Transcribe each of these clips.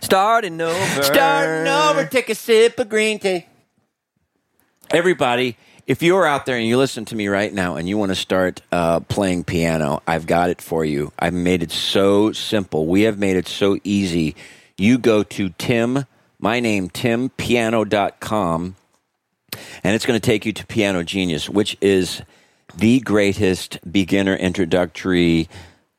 Starting over. Starting over, take a sip of green tea. Everybody, if you're out there and you listen to me right now and you want to start uh, playing piano, I've got it for you. I've made it so simple. We have made it so easy. You go to Tim, my name, timpiano.com, and it's going to take you to Piano Genius, which is the greatest beginner introductory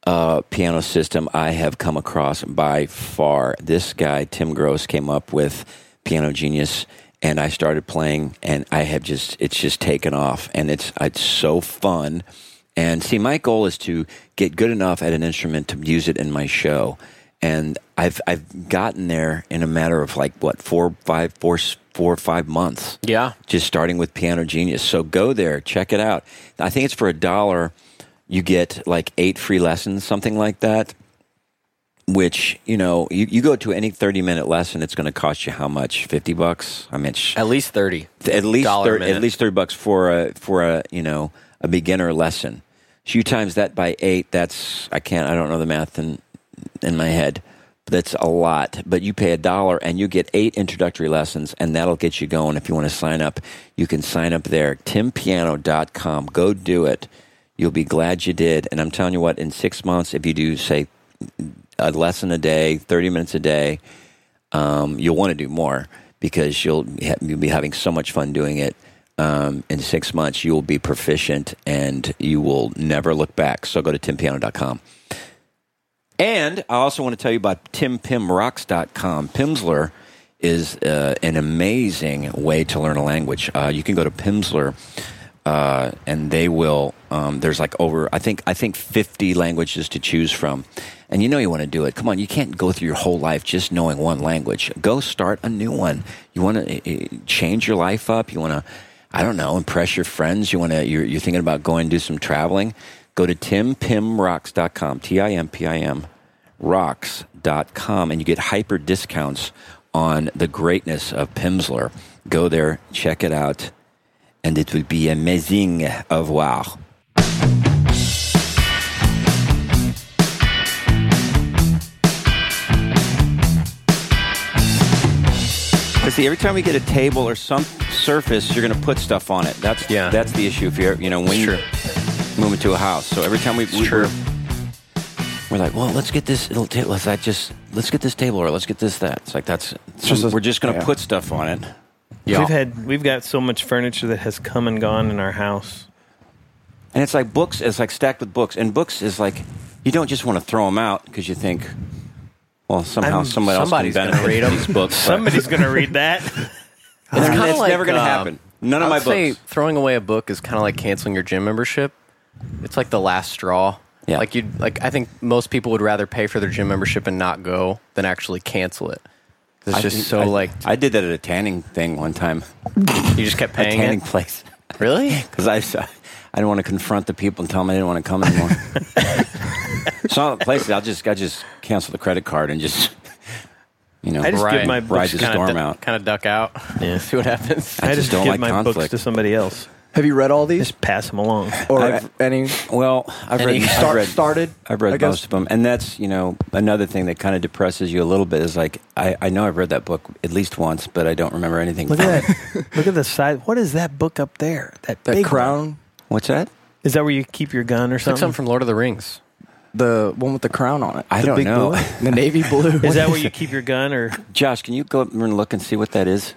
uh, piano system I have come across by far. This guy, Tim Gross, came up with Piano Genius, and I started playing, and I have just it's just taken off, and it's it's so fun. And see, my goal is to get good enough at an instrument to use it in my show, and I've I've gotten there in a matter of like what four five four four or five months Yeah. just starting with Piano Genius. So go there, check it out. I think it's for a dollar. You get like eight free lessons, something like that. Which you know, you, you go to any thirty minute lesson, it's going to cost you how much? Fifty bucks? I mean, it's At least 30. at least Dollar thir- at minute. least thirty bucks for a for a you know a beginner lesson. So you times that by eight. That's I can't. I don't know the math in in my head. But That's a lot, but you pay a dollar and you get eight introductory lessons, and that'll get you going. If you want to sign up, you can sign up there, timpiano.com. Go do it. You'll be glad you did. And I'm telling you what, in six months, if you do, say, a lesson uh, a day, 30 minutes a day, um, you'll want to do more because you'll ha- you'll be having so much fun doing it. Um, in six months, you will be proficient and you will never look back. So go to timpiano.com. And I also want to tell you about timpimrocks.com. Pimsleur is uh, an amazing way to learn a language. Uh, you can go to Pimsleur. Uh, and they will. Um, there's like over, I think, I think 50 languages to choose from, and you know you want to do it. Come on, you can't go through your whole life just knowing one language. Go start a new one. You want to eh, change your life up. You want to, I don't know, impress your friends. You want to, you're, you're thinking about going to do some traveling go to timpimrocks.com, T I M P I M rocks.com, and you get hyper discounts on the greatness of Pimsleur. Go there, check it out, and it will be amazing. Au revoir. But see, every time we get a table or some surface, you're going to put stuff on it. That's Yeah. That's the issue. If you're, you know, when It's you true. move into a house, so every time we, we true. we're- we're like, well, let's get this. It'll ta- let's I just let's get this table or let's get this that. It's like that's just a- we're just gonna yeah. put stuff on it. Yeah. We've had we've got so much furniture that has come and gone in our house. and it's like books. It's like stacked with books, and books is like you don't just want to throw them out because you think, well, somehow I'm- somebody else can somebody's gonna benefit from read 'em. these books. but- Somebody's going to read that. and it's, kinda never like, gonna uh, happen. None of I my would say books. throwing away a book is kind of like canceling your gym membership. It's like the last straw. Yeah. Like you would like I think most people would rather pay for their gym membership and not go than actually cancel it. It's I just think- so I- like I did that at a tanning thing one time, you just kept a paying tanning it. place, Really? because I, I didn't want to confront the people and tell them I didn't want to come anymore. Some places I'll just I just cancel the credit card and just you know I just Right. give my Ride books. the kinda- storm out. Kind of duck out. Yeah. See what happens. I, I just just, don't give like my conflict. books to somebody else. Have you read all these? Just pass them along. Or I've- any? Well, I've And read, he I've Start, read- started? I've read I guess. most of them, and that's you know another thing that kind of depresses you a little bit is like I, I know I've read that book at least once, but I don't remember anything. Look from at it. that. Look at the side. What is that book up there? That, That big one? crown, What's that? Is that where you keep your gun or It's like something? something from Lord of the Rings. the one with the crown on it. I the don't big know. blue, the navy blue. is that where you keep your gun or Josh, can you go up and look and see what that is?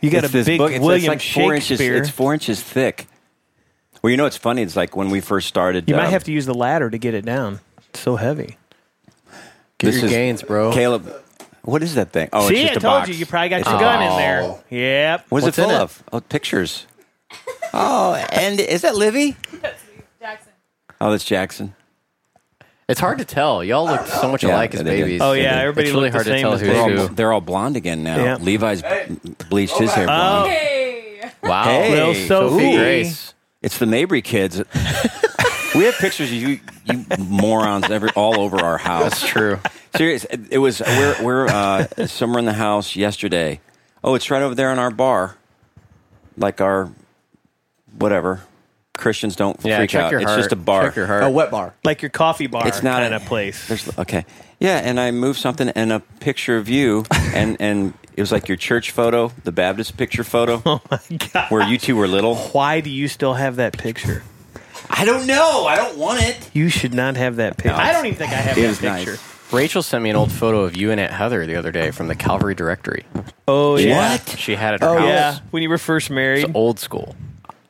you got It's a this big book. It's- it's William like four inches. Shakespeare? It's four inches thick. Well, you know it's funny. It's like when we first started. you um, might have to use the ladder to get it down. It's so heavy. Get This your is- gains, bro. Caleb. What is that thing? Oh, it's See, just I a told box. you. You probably got your gun in there. Yep. What's, What's it in full it? of? Oh, pictures. oh, and is that Livy? Jackson. Oh, that's Jackson. It's hard to tell. Y'all look so much Yeah, alike as they do. babies. Oh, yeah, It's everybody really looked the hard to same tell as They're who's all, who. they're all blonde again now. Yeah. Levi's bleached his hair blonde. Oh, Hey. Wow. Hey, Little Sophie Sophie. Grace. It's the Mabry kids. we have pictures of you, you morons, every all over our house. True. Serious. It was we're we're uh, somewhere in the house yesterday. Oh, it's right over there in our bar, like our whatever. Christians don't Yeah, freak check out. your it's heart. just a bar. Check your heart. a wet bar? like your coffee bar It's not kind a- of place. There's okay. Yeah, and I moved something and a picture of you, and and it was like your church photo, the Baptist picture photo, Oh my god! where you two were little. Why do you still have that picture? I don't know. I don't want it. You should not have that picture. I don't even think I have It that was nice. picture. Rachel sent me an old photo of you and Aunt Heather the other day from the Calvary directory. Oh yeah, What? She had it at her Oh, house. yeah. When you were first married It's old school.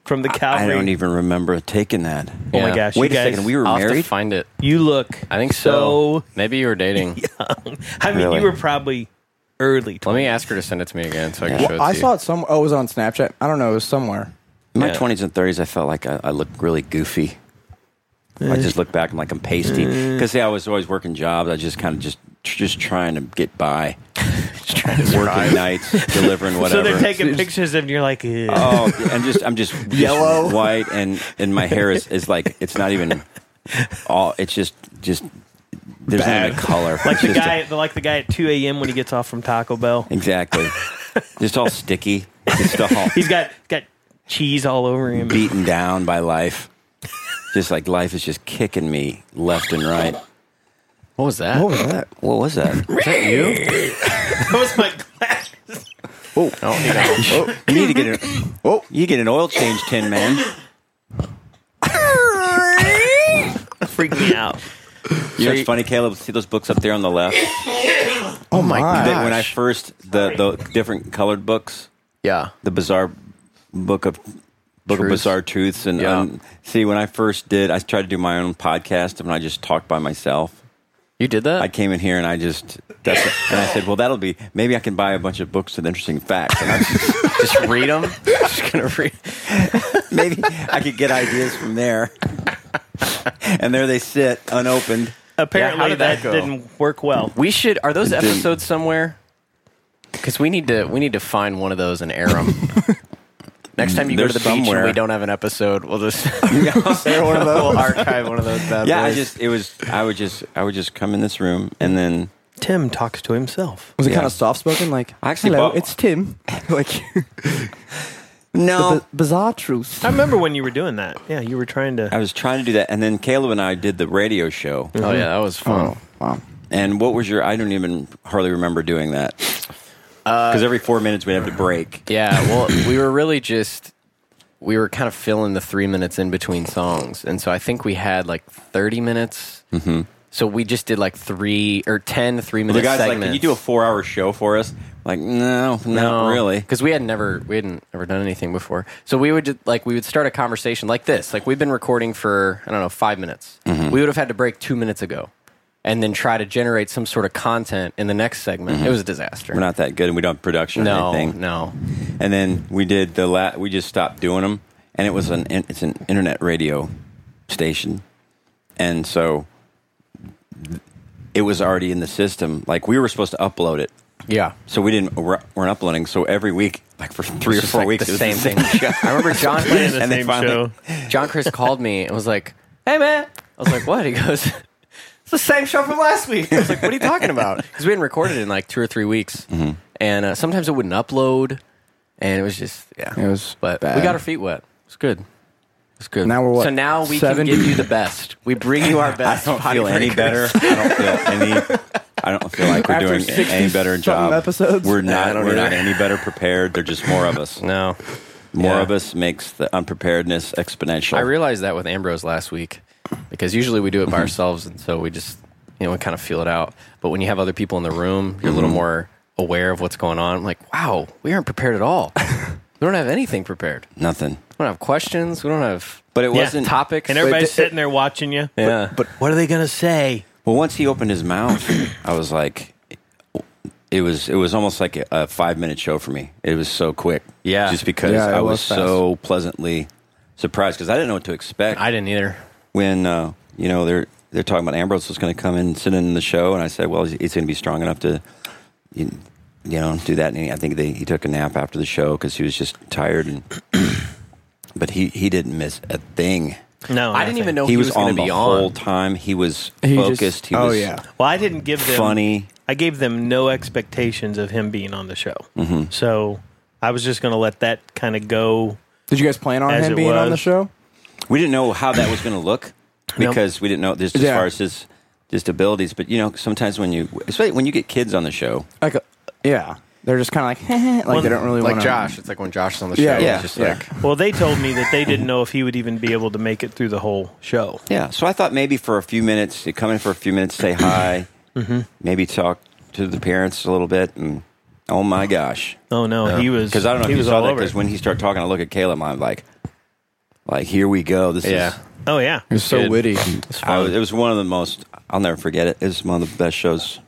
from the I Calvary. don't even remember taking that. Oh my Yeah. gosh! Wait you a guys, second. We were I'll have to married. find it. You look. I think so. Maybe you were dating. I mean, Really? you were probably early. Let me ask her to send it to me again so I can Yeah. show Well, it to I you. saw it some. Oh, it was on Snapchat. I don't know. It was somewhere. In my Yeah. twenties and thirties, I felt like I, I looked really goofy. Eh. I just look back and like I'm pasty because yeah, I was always working jobs. I just kind of just just trying to get by, working nights, delivering So whatever. they're taking pictures of you. and You're like, "Ugh." oh, and just I'm just just Yellow. white, and and my hair is is like it's not even all. It's just just there's not even a color. like It's the just a- guy, at- like the guy at 2 a.m. when he gets off from Taco Bell. exactly, just all sticky, just all He's got got cheese all over him. beaten down by life. Just like life is just kicking me left and right. What was that? was that? What was that? Was that you? That was my glass. I don't think I- Oh, you need to get an oh, you get an oil change tin, man. Freaked me out. You know, it's funny, Caleb. See those books up there on the left? Oh my my That when I Gosh. first the the different colored books, yeah. the bizarre book of book of Truths. bizarre truths, and Yeah. um, see when I first did, I tried to do my own podcast, and I just talked by myself. You did that? I came in here and I just that's and I said, well, that'll be maybe I can buy a bunch of books with interesting facts, and I, just read them? just going to read. maybe I could get ideas from there. and there they sit, unopened. Apparently, how did that that, go? didn't work well. We should. Are those It didn't. episodes somewhere? Because we need to. We need to find one of those and air them. Next time you go They're to the beach somewhere. and we don't have an episode, we'll just we'll archive one of those. Bad Yeah, I boys. just it was I would just I would just come in this room and then Tim talks to himself. Was it kind Yeah. of soft spoken? Like, I actually hello, bought- it's Tim. like, no. b- bizarre truth. I remember when you were doing that. Yeah, you were trying I to. was trying to do that, and then Caleb and I did the radio show. Oh yeah, that was fun. wow. And what was your? I don't even hardly remember doing that Uh, Uh, uh, because every four minutes we'd have to break. Yeah. Well, we were really just. We were kind of filling the three minutes in between songs, and so I think we had like thirty minutes. Mm-hmm. So we just did like three or ten three The minute guy's segments. like, "Can you do a four-hour show for us?" like, no, not really. because we had never we hadn't ever done anything before so we would ju- like we would start a conversation like this like we've been recording for i don't know five minutes Mm-hmm. we would have had to break two minutes ago and then try to generate some sort of content in the next segment it was a disaster Mm-hmm. We're not that good, and we don't have production no or anything. no And then we did the la- we just stopped doing them, and it was an in- it's an internet radio station, and so th- it was already in the system. Like we were supposed to upload it, yeah so we didn't we're- weren't uploading. So every week, like for three or Just four like weeks, the it was same the thing i remember john Playing the and they same finally- show. John Chris called me and was like, "Hey man," I was like, "What?" He goes, "It's the same show from last week." I was like, "What are you talking about?" Because we hadn't recorded in like two or three weeks, Mm-hmm. and uh, sometimes it wouldn't upload, and it was just yeah, It was But bad. we got our feet wet. It's good. It's good. Now we're what, So now we seven? can give you the best. We bring you our I best. don't potty feel any breakers. better. I don't feel any. I don't feel like we're After doing 60 any better job. something episodes? We're I not. don't We're not either. any better prepared. They're just more of us. No, More Yeah. of us makes the unpreparedness exponential. I realized that with Ambrose last week because usually we do it by ourselves, and so we just you know we kind of feel it out. But when you have other people in the room, you're a Mm-hmm. little more aware of what's going on. I'm like, wow, we aren't prepared at all. we don't have anything prepared. We Nothing. don't have questions. We don't have. But it Yeah. wasn't topics. And everybody's d- sitting there watching you. yeah, But What are they gonna say? Well, once he opened his mouth, I was like, it was it was almost like a, a five minute show for me. It was so quick. Yeah. Just because Yeah, it I was, was fast. so pleasantly surprised because I didn't know what to expect. I didn't either. when uh, you know they're they're talking about Ambrose was going to come in and sit in the show, and I said, well, he's, he's going to be strong enough to you, you know do that. And he, I think they, he took a nap after the show because he was just tired, and but he he didn't miss a thing. No, I didn't nothing. even know He, he, was, going on to the be whole on. time. He was he just- focused. he was oh yeah. Well, I didn't give them funny. I gave them no expectations of him being on the show, Mm-hmm. so I was just gonna let that kind of go. Did you guys plan on As him it being on the was. show? We didn't know how that was going to look because we didn't know this as Yeah. far as his just abilities. But you know, sometimes when you, especially when you get kids on the show, Like, uh, yeah, they're just kind of like, like Well, they don't really like wanna, Josh. It's like when Josh is on the show. Yeah, he's yeah, just yeah. like Well, they told me that they didn't know if he would even be able to make it through the whole show. yeah. So I thought maybe for a few minutes, you come in for a few minutes, say hi, Mm-hmm. maybe talk to the parents a little bit, and oh my gosh, Oh no, he was because I don't know he if you was saw all that. over. Because it. when he started talking, I look at Caleb, I'm like, like here we go. This yeah. is. oh yeah, He was so Good. witty. I was, it was one of the most. I'll never forget it. It was one of the best shows,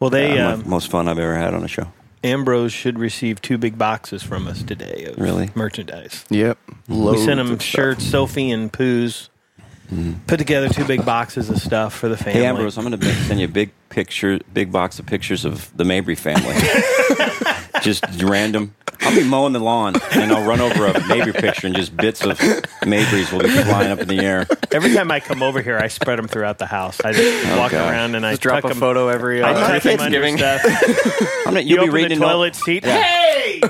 well they uh, um, most fun I've ever had on a show. Ambrose should receive two big boxes from us today of Really? merchandise. yep. we sent him shirts, Sophie and Poos. Mm. Put together two big boxes of stuff for the family. Hey Ambrose, I'm going to send you a big picture, big box of pictures of the Mabry family. just random. I'll be mowing the lawn and I'll run over a Mabry picture and just bits of Mabry's will be flying up in the air. Every time I come over here, I spread them throughout the house. I just walk God. around and Just I drop tuck a 'em- photo every I uh, tuck them under Thanksgiving. stuff. I'm not, You you'll be open the reading all- toilet seat. Hey,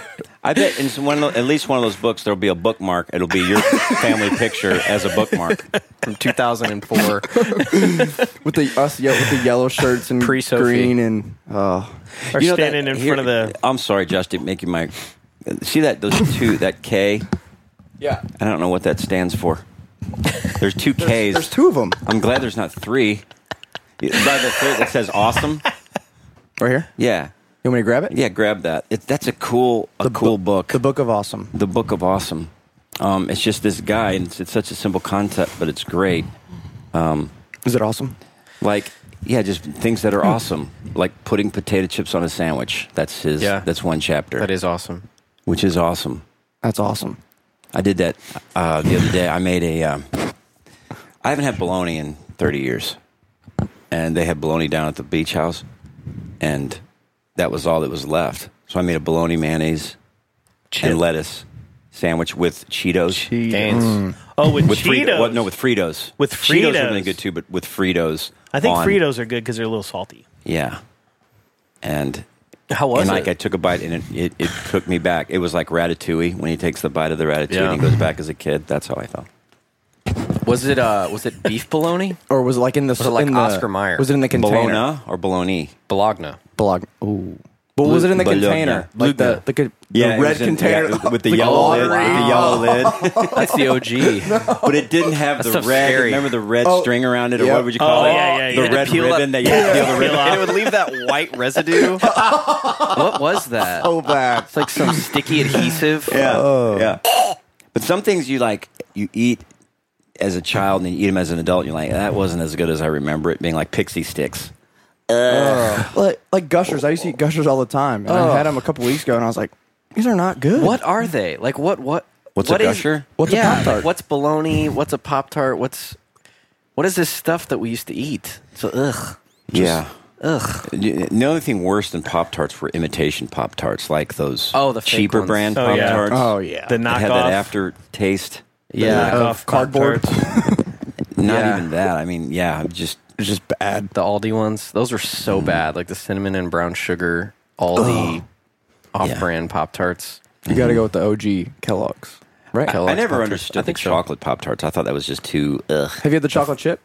I bet in some- one of the- at least one of those books there'll be a bookmark. It'll be your family picture as a bookmark. from 2004. With the us, yeah, with the yellow shirts and Pre-Sophie. green and oh, or know standing that- in here- front of the I'm sorry, Justin, making my see that those two that K. yeah. I don't know what that stands for. There's two K's. There's two of them I'm glad there's not three. Yeah, By the third that says awesome. right here. Yeah, You want me to grab it? yeah. Grab that. It, that's a cool, a cool book. The book of awesome. The book of awesome. Um, it's just this guy, and it's, it's such a simple concept, but it's great. Um, Is it awesome? Hmm. Like, yeah, just things that are awesome, like putting potato chips on a sandwich. That's his. Yeah. That's one chapter, that is awesome. which is awesome. That's awesome. I did that uh, the other day. I made a. Um, I haven't had bologna in 30 years, and they had bologna down at the beach house, and that was all that was left. So I made a bologna mayonnaise and lettuce sandwich with Cheetos. Gains. Oh, with, With Cheetos. Frito- what, no, with Fritos. With Cheetos would have been Fritos. good too, but with Fritos. I think on- Fritos are good because they're a little salty. Yeah, and How was and it? like I took a bite and it, it, it took me back. It was like ratatouille when he takes the bite of the ratatouille Yeah. and he goes back as a kid. That's how I felt. was it uh, was it beef bologna? Or was it like in the was it like in the, Oscar Mayer? Was it in the container? Bologna or bologna? Bologna. Blog. Ooh. But was it in the Bologna. container? Like the, the, the, it the red was in- container yeah, with the yellow lid, lottery. with the yellow lid, That's the OG. but it didn't have the red. stuff's scary. Remember the red Oh, string around it, or yeah. what would you call Oh, it? yeah, yeah, the yeah. red Peel ribbon that you had to peel the Peel ribbon. off. and it would leave that white residue. what was that? So bad. It's like some sticky adhesive. Yeah, yeah. But some things you like, you eat as a child and you eat them as an adult. And you're like, that wasn't as good as I remember it being. Like pixie sticks. like, like gushers. I used to eat gushers all the time, and I had them a couple weeks ago, and I was like, "These are not good." What are they? Like what what What's what a is- gusher? What's a yeah, Pop-Tart? like, what's bologna? What's a pop tart? What's what is this stuff that we used to eat? So ugh. yeah. Ugh. The only thing worse than Pop Tarts were imitation Pop Tarts, like those Oh, the fake cheaper ones. brand Oh, Pop yeah. Tarts. Oh yeah. The that had that knockoff. aftertaste. Yeah. knockoff Of cardboard. Pop-Tarts. Not Yeah. even that. I mean, yeah, just It's just bad. The Aldi ones, those were Mm. so bad. Like the cinnamon and brown sugar Aldi off brand Pop Tarts. You got to go with the OG Kellogg's, right? I never Pop-Tarts. understood Mm-hmm. I think the so. chocolate Pop Tarts. I thought that was just too ugh. Have you had the chocolate chip?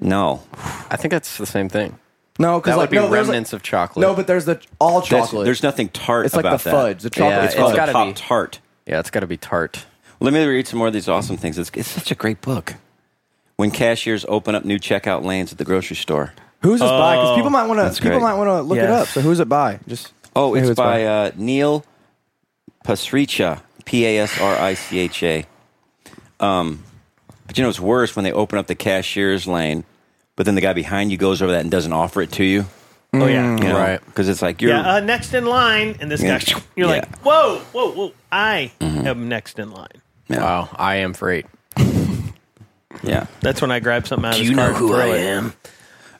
No, I think that's the same thing. No, because That like, would be no, there's, like- remnants of chocolate. No, but there's the all That's- chocolate. there's nothing tart. It's like about that. the fudge, the chocolate Yeah, It's called Uh, it's a gotta Pop be. Tart. Yeah, it's gotta be tart. Let me read some more of these awesome things. It's, it's such a great book. When cashiers open up new checkout lanes at the grocery store. who's this by? Because Oh, people might want to. that's People great. might want to look it Yeah. up. So who's it by? Just Oh, say it's who by uh, Neil Pasricha, P A S R I C H A. Um, but you know it's worse when they open up the cashier's lane, but then the guy behind you goes over that and doesn't offer it to you. Oh yeah. you know? Right. Because it's like you're Yeah, uh, next in line, and this Yeah. guy, you're like, Yeah. Mm-hmm. whoa, whoa, whoa! I am next in line. Yeah. Wow, I am freight. yeah. That's when I grab something out of his car and throw it.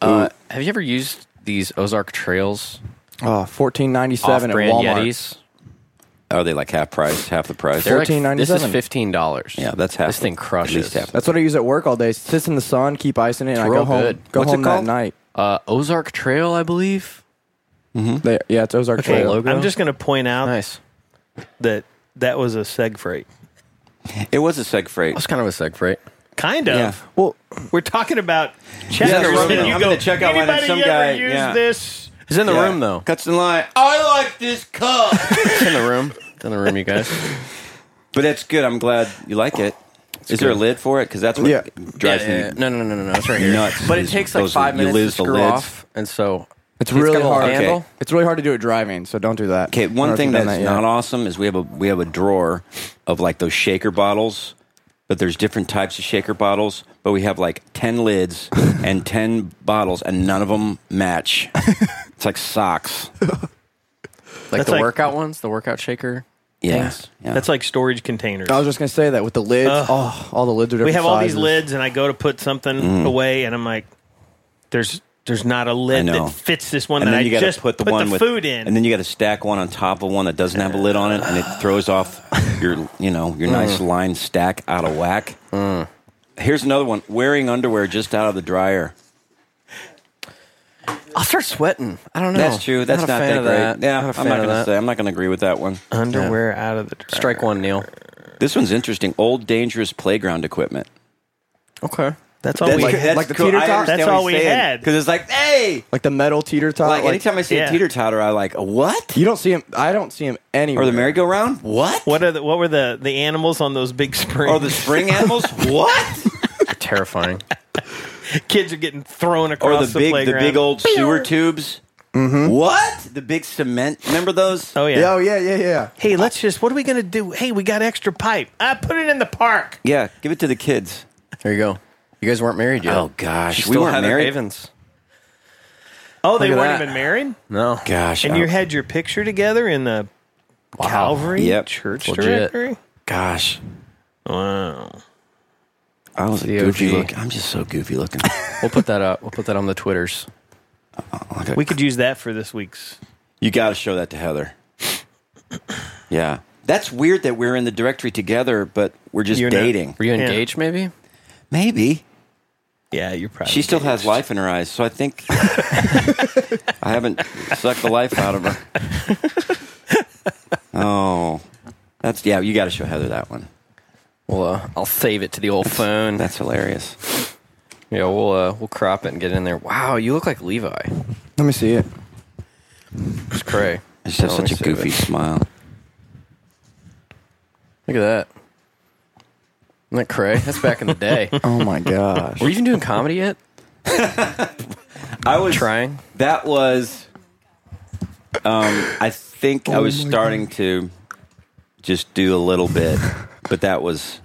Uh, have you ever used these Ozark Trails Oh, fourteen ninety seven at off-brand Walmart. Yetis? Are Oh, they like half price, half the price? They're like- this is $14.97. fifteen dollars. yeah, that's half. This thing at least crushes. half. That's what I use at work all day. Sits in the sun, keep icing it, and I real go home. good. Go What's it home that called? night. Uh, Ozark Trail, I believe. Mm-hmm. They- yeah, it's Ozark Okay, Trail. logo. I'm just going to point out Nice. that that was a seg freight. It was a seg freight. That's kind of a seg freight. Kind of. Yeah. Well, We're talking about checkers. Yeah, I'm that gonna- you I'm go, gonna check out one and "Anybody some ever guy- use yeah. this? It's in the Yeah. room though. Cuts in line. I like this cup. It's in the room. It's in the room, you guys. but that's good. I'm glad you like it. Is there a good. lid for it? Because that's what Yeah. drives me. No, no, no, no, no. It's right here. Nuts. But it Those- takes like those- five you minutes lose to the screw lids. off, and so it's really got a hard. Okay. Handle. It's really hard to do it driving, so don't do that. Okay, I don't know one if thing you've done that's that yet. not awesome is we have a we have a drawer of like those shaker bottles, but there's different types of shaker bottles. But we have like ten lids and ten bottles, and none of them match. it's like socks. Like That's the like- workout ones, the workout shaker. Yes, yeah. That's like storage containers. I was just gonna say that with the lids. oh, all the lids are different. we have all these sizes. lids, and I go to put something away, and I'm like, "There's, there's not a lid Mm. I know. that fits this one and that then you I got just to put the one with food in." and then you got to stack one on top of one that doesn't have a lid on it, and it throws off your you know Mm. your nice line stack out of whack. Here's another one: wearing underwear just out of the dryer. I'll start sweating. I don't know. That's true. That's not, not, a fan that of great. that. Yeah, not a I'm fan not of gonna that. say. I'm not gonna agree with that one. Underwear out of the dryer. Strike one, Neil. This one's interesting. Old dangerous playground equipment. Okay. That's all That's we. like- had. the teeter tot? That's all we had. Because it's like, hey, like the metal teeter tot. like, anytime I see yeah. a teeter totter, I like a what? you don't see them, I don't see them anywhere. Or the merry-go-round? What? what are the, what were the the animals on those big springs? Or the spring animals? what? Terrifying. kids are getting thrown across Or the big, the playground. big old sewer tubes? Mm-hmm. What? The big cement? Remember those? Oh yeah. Yeah, oh yeah, yeah, yeah. Hey, let's just. What are we gonna do? Hey, we got extra pipe. I put it in the park. Yeah, give it to the kids. There you go. You guys weren't married yet. Oh gosh, You we still weren't Heather married. Havens. Oh, they Look at weren't that. even married. No. Gosh, And I- you had your picture together in the Calvary Yep. Church Legit. Directory. gosh, Wow. I was a COG. goofy look. I'm just so goofy looking. We'll put that up. We'll put that on the Twitters. Like a- We could use that for this week's. You got to show that to Heather. Yeah. That's weird that we're in the directory together, but we're just You're not- dating. Were you Yeah. engaged maybe? Maybe. Yeah, you're probably. She still has life in her eyes, so I think I haven't sucked the life out of her. Oh. That's yeah, you got to show Heather that one. Well, uh, I'll save it to the old phone. That's hilarious. yeah, we'll uh, we'll crop it and get it in there. Wow, you look like Levi. Let me see it. It's cray. I just have Oh, let such me a save goofy it. smile. Look at that. Isn't that cray? That's back in the day. Oh my gosh. Were you even doing comedy yet? I was Trying. That was um I think Oh I was starting to just do a little bit, but that was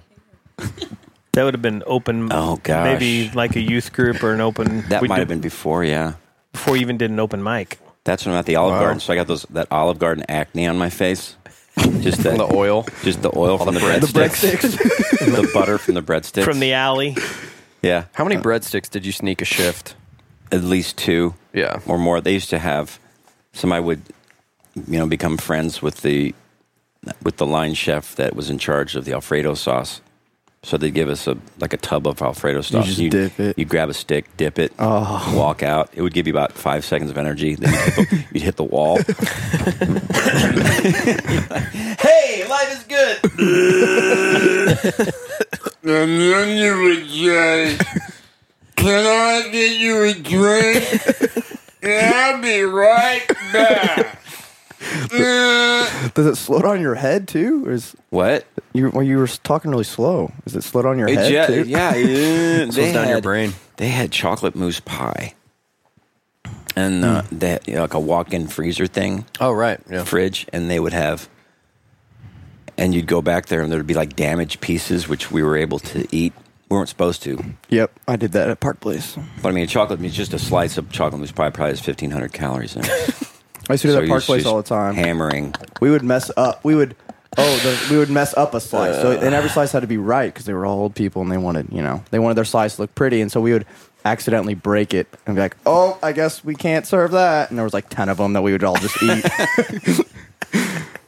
That would have been open. Oh, gosh. Maybe like a youth group or an open. That we might did- have been before, yeah. before you even did an open mic. That's when I'm at the Olive Wow. Garden, so I got those that Olive Garden acne on my face. Just the, The oil. just the oil from the, bread- the breadsticks, the, butter from the breadsticks, From the alley, yeah, How many breadsticks did you sneak a shift? at least two, Yeah. or more. They used to have some. I would, you know, become friends with the with the line chef that was in charge of the Alfredo sauce. So they'd give us a like a tub of Alfredo sauce. just dip it. You grab a stick, dip it, Oh. walk out. It would give you about five seconds of energy. Then you'd hit the, you'd hit the wall. hey, life is good. And then you would say, Can I get you a drink? And I'll be right back. Uh, Does it slow down your head too? Or is What? you well you were talking really slow? Is it slow down your head yeah, too? yeah. yeah. Slows down your had- brain. They had chocolate mousse pie, and uh, Hmm. they had, you know, like a walk-in freezer thing, Oh right. Yeah. fridge, and they would have. And you'd go back there, and there'd be like damaged pieces, which we were able to eat. We weren't supposed to, Yep, I did that at Park Place. but I mean, chocolate mousse, just a slice of chocolate mousse pie probably has fifteen hundred calories in it. I used to do that you're at Park Place just all the time. Hammering. We would mess up. We would. Oh, the, we would mess up a slice. so and Uh, Uh. every slice had to be right because they were all old people and they wanted, you know, they wanted their slice to look pretty. And so we would accidentally break it and be like, "Oh, I guess we can't serve that." And there was like ten of them that we would all just eat.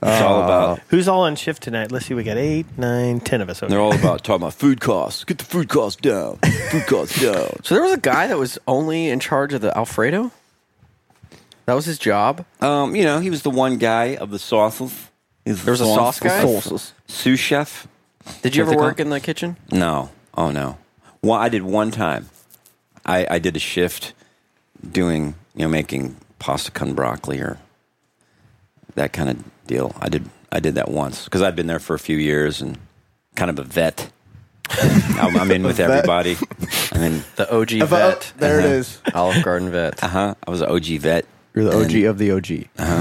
Uh, It's Oh. all about. who's all on shift tonight? Let's see, we got eight, nine, ten of us. Okay. They're all about talking about food costs. Get the food costs down. Food costs down. So there was a guy that was only in charge of the Alfredo. That was his job. Um, you know, he was the one guy of the sauces. There was a sauce guy? Sous chef? Did you What's ever it work called? in the kitchen? No. Oh no. Well, I did one time. I, I did a shift doing, you know, making pasta con broccoli or that kind of deal. I did I did that once because I'd been there for a few years and kind of a vet. I'm, I'm in with vet. everybody. I mean, The OG If I- vet, there it is. Olive Garden vet. uh huh. I was an OG vet. You're the OG And, of the OG.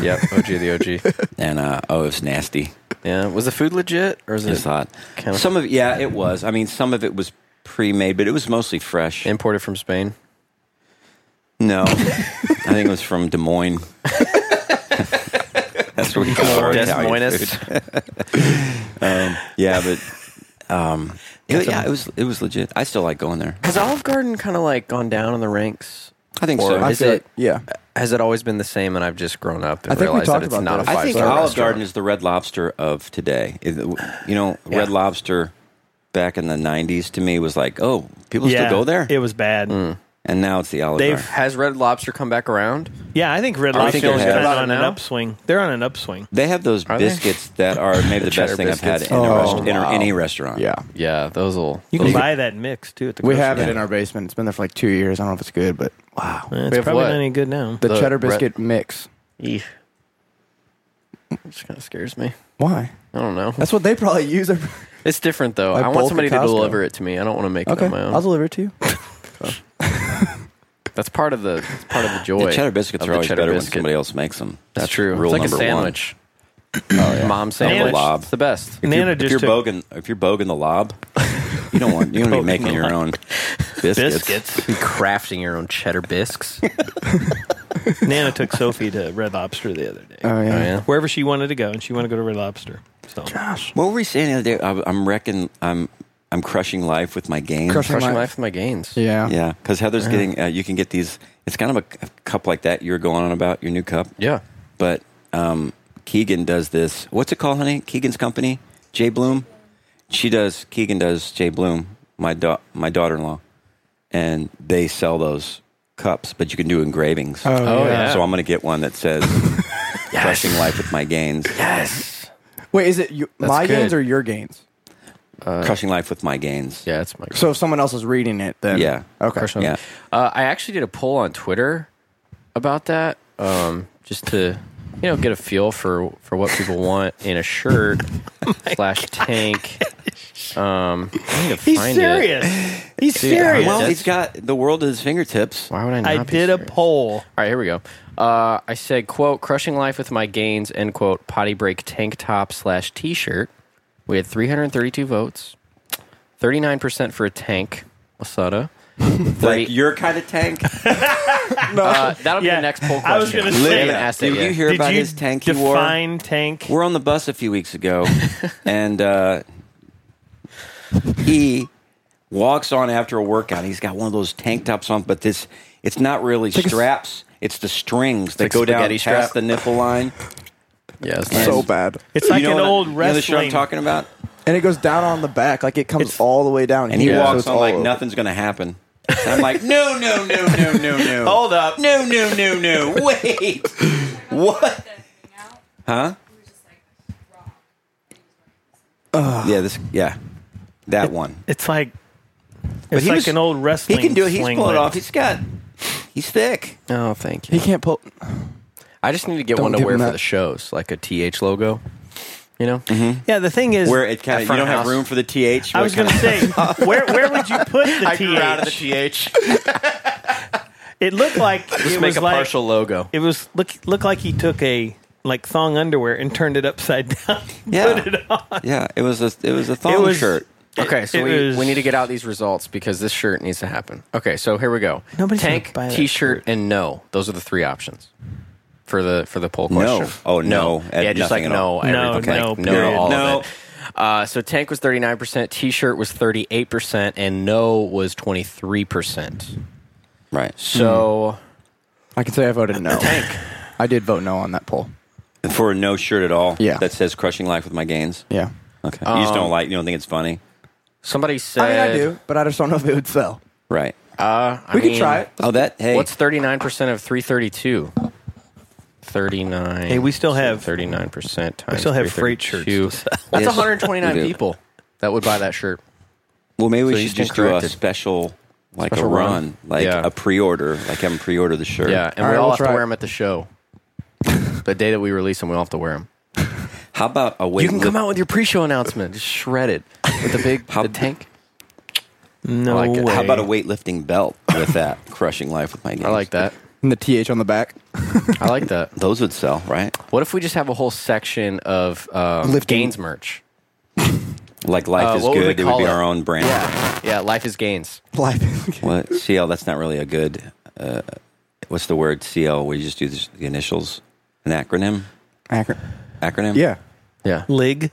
yep, OG of the OG. Uh-huh. and uh, oh, it was nasty. Yeah, was the food legit or is It was it hot. Kind of- Some of yeah, it was. I mean, some of it was pre-made, but it was mostly fresh. imported from Spain? No, I think it was from Des Moines. That's where we got our Des Italian Moines. food. Yeah, but um, it, yeah, it was it was legit. I still like going there. Has Olive Garden kind of like gone down in the ranks? I think Or so. I is feel it- like- yeah. Has it always been the same and I've just grown up and I think we realized talked that it's about not this. a I five think star Olive restaurant? Garden is the Red Lobster of today. It- You know, Red Yeah. Lobster back in the '90s to me was like, oh, people yeah, still go there, It was bad. Mm. and now it's the Olive They've- Garden. Has Red Lobster come back around? Yeah, I think Red Are we Lobster feeling is good kind of about it on an now? upswing. They're on an upswing. They have those they? biscuits that are maybe the best cheddar thing I've had biscuits. in, a Oh, rest- in a- wow. any restaurant. Yeah. Yeah, those will. You can buy that mix too at the We grocery have it store. in our basement. It's been there for like two years. I don't know if it's good, but wow. Eh, We It's have probably what? not any good now. The, The cheddar bre- biscuit mix. Which kind of scares me. Why? I don't know. That's what they probably use. every- It's different though. Like I bulk want at somebody to Costco. deliver it to me. I don't want to make it Okay, on my own. I'll deliver it to you. That's part of the that's part of the joy. The cheddar biscuits of are the always cheddar better biscuit. when somebody else makes them. That's, true. Rule it's like a number one. Oh, sandwich. Mom sandwich. lob. It's the best. If Nana you're, if just you're took- bogan, if you're bogan the lob, you don't want you don't be making your own biscuits. Biscuits. crafting your own cheddar bisques. Nana took Sophie to Red Lobster the other day. Oh, yeah. Wherever she wanted to go, and she wanted to go to Red Lobster. So What were we saying the other day? I, I'm wrecking. I'm I'm crushing life with my game. Crushing- Crushing Life. life with my gains. Yeah. Yeah, because Heather's getting. Uh, you can get these. It's kind of a, c- cup like that you were going on about your new cup. Yeah. But um, Keegan does this. What's it called, honey? Keegan's company, Jay Bloom. She does. Keegan does Jay Bloom. My da- my daughter in law, and they sell those cups, but you can do engravings. Oh, yeah. yeah. So I'm gonna get one that says "Crushing Life with My Gains." Yes. Wait, is it you, my good. gains or your gains? Crushing Life with My Gains. Uh, Yeah, it's my. So if someone else is reading it, then Yeah. okay. Crushing Yeah. Uh, I actually did a poll on Twitter about that, um, just to you know get a feel for for what people want in a shirt Oh slash tank. Um, I need to he's find it. serious. He's serious. Well, he's got the world at his fingertips. Why would I? Not I be did a serious? poll. All right, here we go. Uh, I said, "quote Crushing life with my gains." End quote. Potty break tank top slash t shirt. We had 332 votes. 39 percent for a tank. Lasada. Like your kind of tank. Uh, that'll be Yeah. the next poll question. I was gonna say- We haven't asked it Did yet. you hear Did about you his tank he wore? define tank? We're on the bus a few weeks ago, and uh, he walks on after a workout. He's got one of those tank tops on, but this it's not really straps. It's the strings that like go down spaghetti past strap. the nipple line. Yeah, it's nice. So bad. It's like you know an what- old you know the shirt wrestling. I'm talking about? And it goes down on the back, like it comes It's- all the way down. And he here, so walks it's on all like over. nothing's going to happen. And I'm like, no, no, no, no, no, no. Hold up. Uh, No, no, no, no. Wait. What? Huh? Yeah, this. Yeah, that one. It's like But it's he like was- an old He wrestling. can do it. He's sling pulled it lid. off. He's got. He's thick. Oh, thank you. He can't pull. I just need to get Don't one to give wear him for that. the shows, like a TH logo. You know, Yeah, the thing is, Mm-hmm. Where it kind of you front don't have house. room for the th. I was going to say, where where would you put the I th? grew out of the TH. it looked like Just it make was a like partial logo. it was look looked like he took a like thong underwear and turned it upside down. Yeah. put it on. Yeah, it was a it was a thong It was- shirt. Okay, so It we, was- we need to get out these results because this shirt needs to happen. Okay, so here we go. Nobody's gonna Tank, buy that t-shirt, and no. Those are the three options for the for the poll No. question. Oh, no. Add Yeah, just nothing like at no. all. No, everything. no, Like, period. to all No. of it. Uh, so tank was thirty nine percent, t-shirt was thirty eight percent, and no was twenty three percent. Right. So I can say I voted no. I did vote no on that poll. For a no shirt at all. Yeah. That says crushing life with my gains. Yeah. Okay. you just don't like. You don't think it's funny. Um, somebody said, I mean, I do, but I just don't know if it would sell. Right. Uh, I We mean, could try it. Oh, that. Hey. What's thirty nine percent of three thirty two? Thirty nine. Hey, we still have- thirty nine percent. We still have freight shirts to That's Yes, one hundred twenty nine we do. people that would buy that shirt. Well, maybe So we you should stand just do a corrected. special, like Special a run, run? like Yeah. a pre-order, like have them pre-order the shirt. Yeah, and All we right, all we'll have try to it. wear them at the show. the day that we release them, we all have to wear them. How about a weight? You can come out with your pre-show announcement, just shred it with the big How- the tank. No like it. way. How about a weightlifting belt with that? Crushing life with my games. I like that. And the th on the back. I like that. Those would sell, right? What if we just have a whole section of um, Lifting. gains merch? Like life Uh, is what would we good. It would call be it? our own brand. Yeah, life is gains. Life. What CL? That's not really a good. Uh, what's the word CL? We just do this, the initials, an acronym, Accurate. acronym. Yeah. Yeah, lig?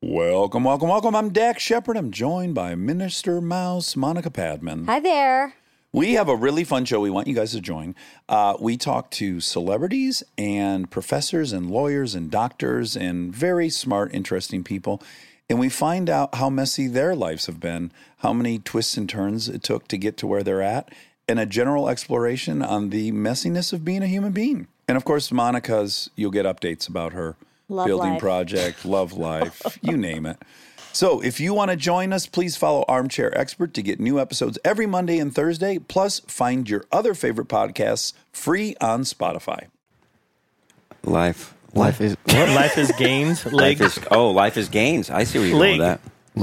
Welcome, welcome, welcome. I'm Dak Shepard. I'm joined by Minister Mouse Monica Padman. Hi there. We have a really fun show we want you guys to join. Uh, we talk to celebrities and professors and lawyers and doctors and very smart, interesting people. And we find out how messy their lives have been, how many twists and turns it took to get to where they're at, and a general exploration on the messiness of being a human being. And of course, Monica's, you'll get updates about her Love building life. project, love life, you name it. So if you want to join us, please follow Armchair Expert to get new episodes every Monday and Thursday. Plus, find your other favorite podcasts free on Spotify. Life. Life is Life is gains. Life Lig. is oh, life is gains. I see where you're going with Leg. that.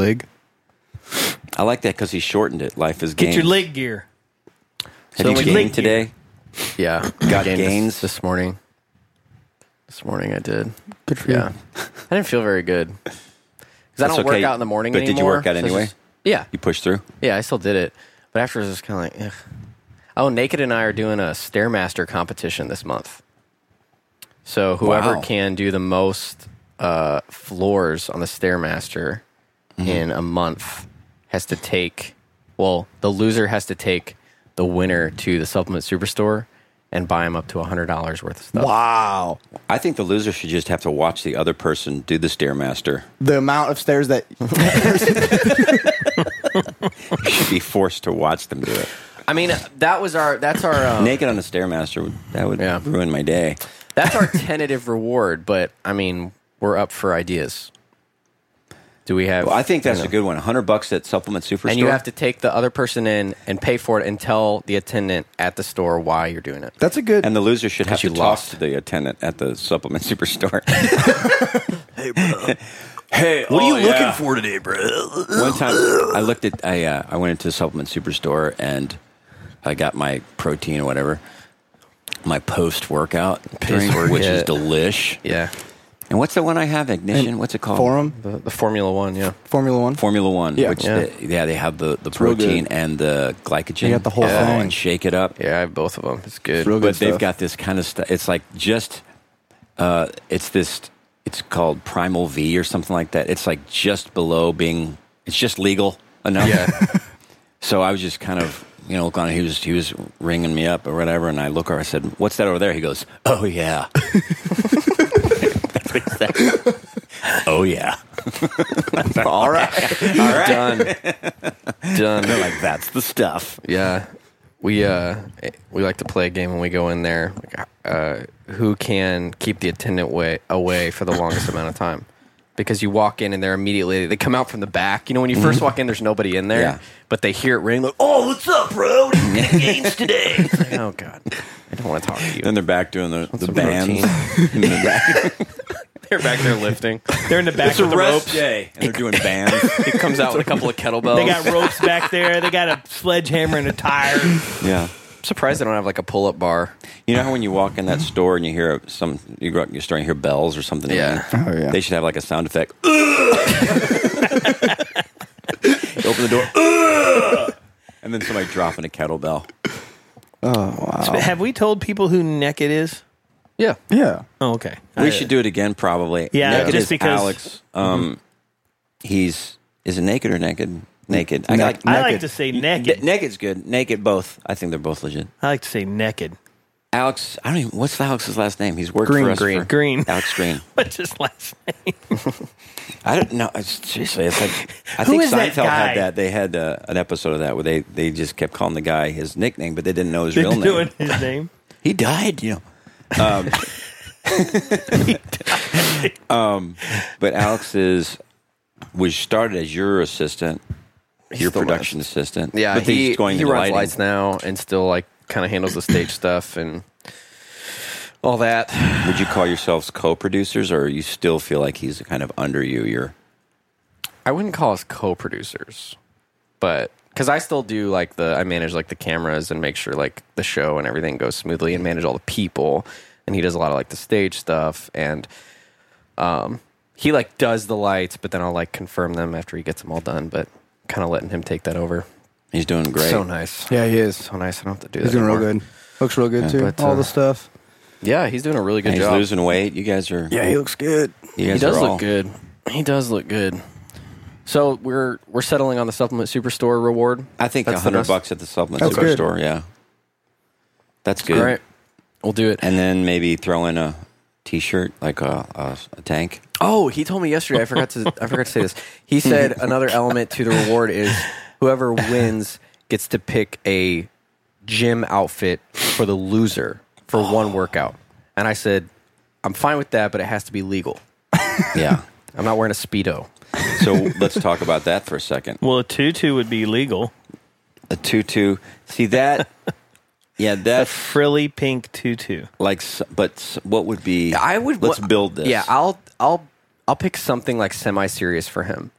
lig. I like that because he shortened it. Life is gains. Get your lig gear. Have So you we- gained leg- today? yeah. Got Gained gains? this, this morning. This morning I did. Good for Yeah, I didn't feel very good because I That's don't okay, work out in the morning. but did you anymore, work out so it's anyway? just- yeah, You push through. yeah, I still did it, but afterwards it was kind of like, Ugh. oh, Naked and I are doing a stairmaster competition this month. So whoever Wow. can do the most uh, floors on the stairmaster in a month has to take. Well, the loser has to take the winner to the supplement superstore and buy him up to hundred dollars worth of stuff. Wow. I think the loser should just have to watch the other person do the stairmaster. The amount of stairs that should be forced to watch them do it. I mean, that was our that's our um, Naked on a stairmaster would that would Yeah. ruin my day. That's our tentative reward, but I mean, we're up for ideas. Do we have? Well, I think that's you know. a good one. hundred bucks at Supplement Superstore. And you have to take the other person in and pay for it and tell the attendant at the store why you're doing it. that's a good And the loser should have Because to you talk lost. to the attendant at the supplement superstore. hey, bro. hey, oh, what are you looking for today, bro? One time, I looked at I uh, I went into the supplement superstore and I got my protein or whatever, my post workout drink, workout. which is delish. Yeah, And what's the one I have? Ignition. what's it called? forum. the, the Formula One. Yeah, Formula One. Formula One. Yeah. which Yeah. They, yeah, they have the, the real good. protein and the glycogen. They got the whole Oh, thing. and shake it up. yeah, I have both of them. It's good. Real but good they've stuff. got this kind of stuff. It's like just, uh, it's this, it's called Primal V or something like that. It's like just below being, it's just legal enough. Yeah, So I was just kind of, you know, looking. He was he was ringing me up or whatever, and I look over. I said, "What's that over there?" He goes, "Oh yeah." That's what he said. Oh yeah. All right. All right. done, done. They're like, that's the stuff. Yeah. We uh we like to play a game when we go in there. Like, uh, who can keep the attendant way away for the longest amount of time? Because you walk in and they're immediately they come out from the back. You know when you first walk in, there's nobody in there, Mm-hmm. Yeah. but they hear it ring. Like, oh, what's up, bro? What are you playing games today? It's like, oh God, I don't want to talk to you. Then they're back doing the, the some bands. They're back there lifting. They're in the back It's a with the rest ropes. day, and they're doing bands. He comes out with a couple of kettlebells. They got ropes back there. They got a sledgehammer and a tire. yeah. I'm surprised they don't have like a pull-up bar. You know how when you walk in that store and you hear some, you go up in your store and you hear bells or something? Yeah. Oh, yeah. They should have like a sound effect. You Oh, Open the door. "Ugh!" and then somebody dropping a kettlebell. Have we told people who neck it is? Yeah, yeah. Oh, okay. We should do it again, probably. Yeah, naked just is because- Mm-hmm. Alex, um, he's is it naked or naked? Naked. I like. I like to say N- naked. naked's good. Naked both. I think they're both legit. I like to say naked. Alex, I don't even. What's Alex's last name? He's worked Green, for us. Green. for- Green. Alex Green. What's his last name? I don't know. It's, seriously, it's like I Who think is that Seinfeld guy? had that. They had uh, an episode of that where they they just kept calling the guy his nickname, but they didn't know his real name. Doing his name. He died, you know. Um, um, but Alex is was started as your assistant, your the production assistant. Yeah, but he, he's going he into runs lighting. lights now and still like kind of handles the stage stuff and all that. Would you call yourselves co-producers, or you still feel like he's kind of under you? You're I wouldn't call us co-producers, but because I still do like the I manage like the cameras and make sure like the show and everything goes smoothly and manage all the people, and he does a lot of like the stage stuff and um he like does the lights, but then I'll like confirm them after he gets them all done, but kind of letting him take that over. he's doing great. So nice, Yeah, he is. so nice. I don't have to do He's that. doing real anymore. good. Looks real good too. But, All uh, the stuff. Yeah, he's doing a really good And he's job. losing weight. You guys are. Yeah, he looks good. You guys He does are look all- good. He does look good. So we're we're settling on the supplement superstore reward. I think a That's the hundred best. bucks at the supplement That's good. store. Yeah, that's good. All right, we'll do it. And then maybe throw in a t-shirt, like a, a, a tank. Oh, he told me yesterday. I forgot to. I forgot to say this. He said another element to the reward is whoever wins gets to pick a gym outfit for the loser for one workout. And I said, I'm fine with that, but it has to be legal. Yeah. I'm not wearing a speedo. so let's talk about that for a second. Well, a tutu would be legal. A tutu. See that? Yeah, A that's frilly pink tutu. like. s- But s- what would be? I would. Let's wa- build this. Yeah, I'll I'll I'll pick something like semi-serious for him.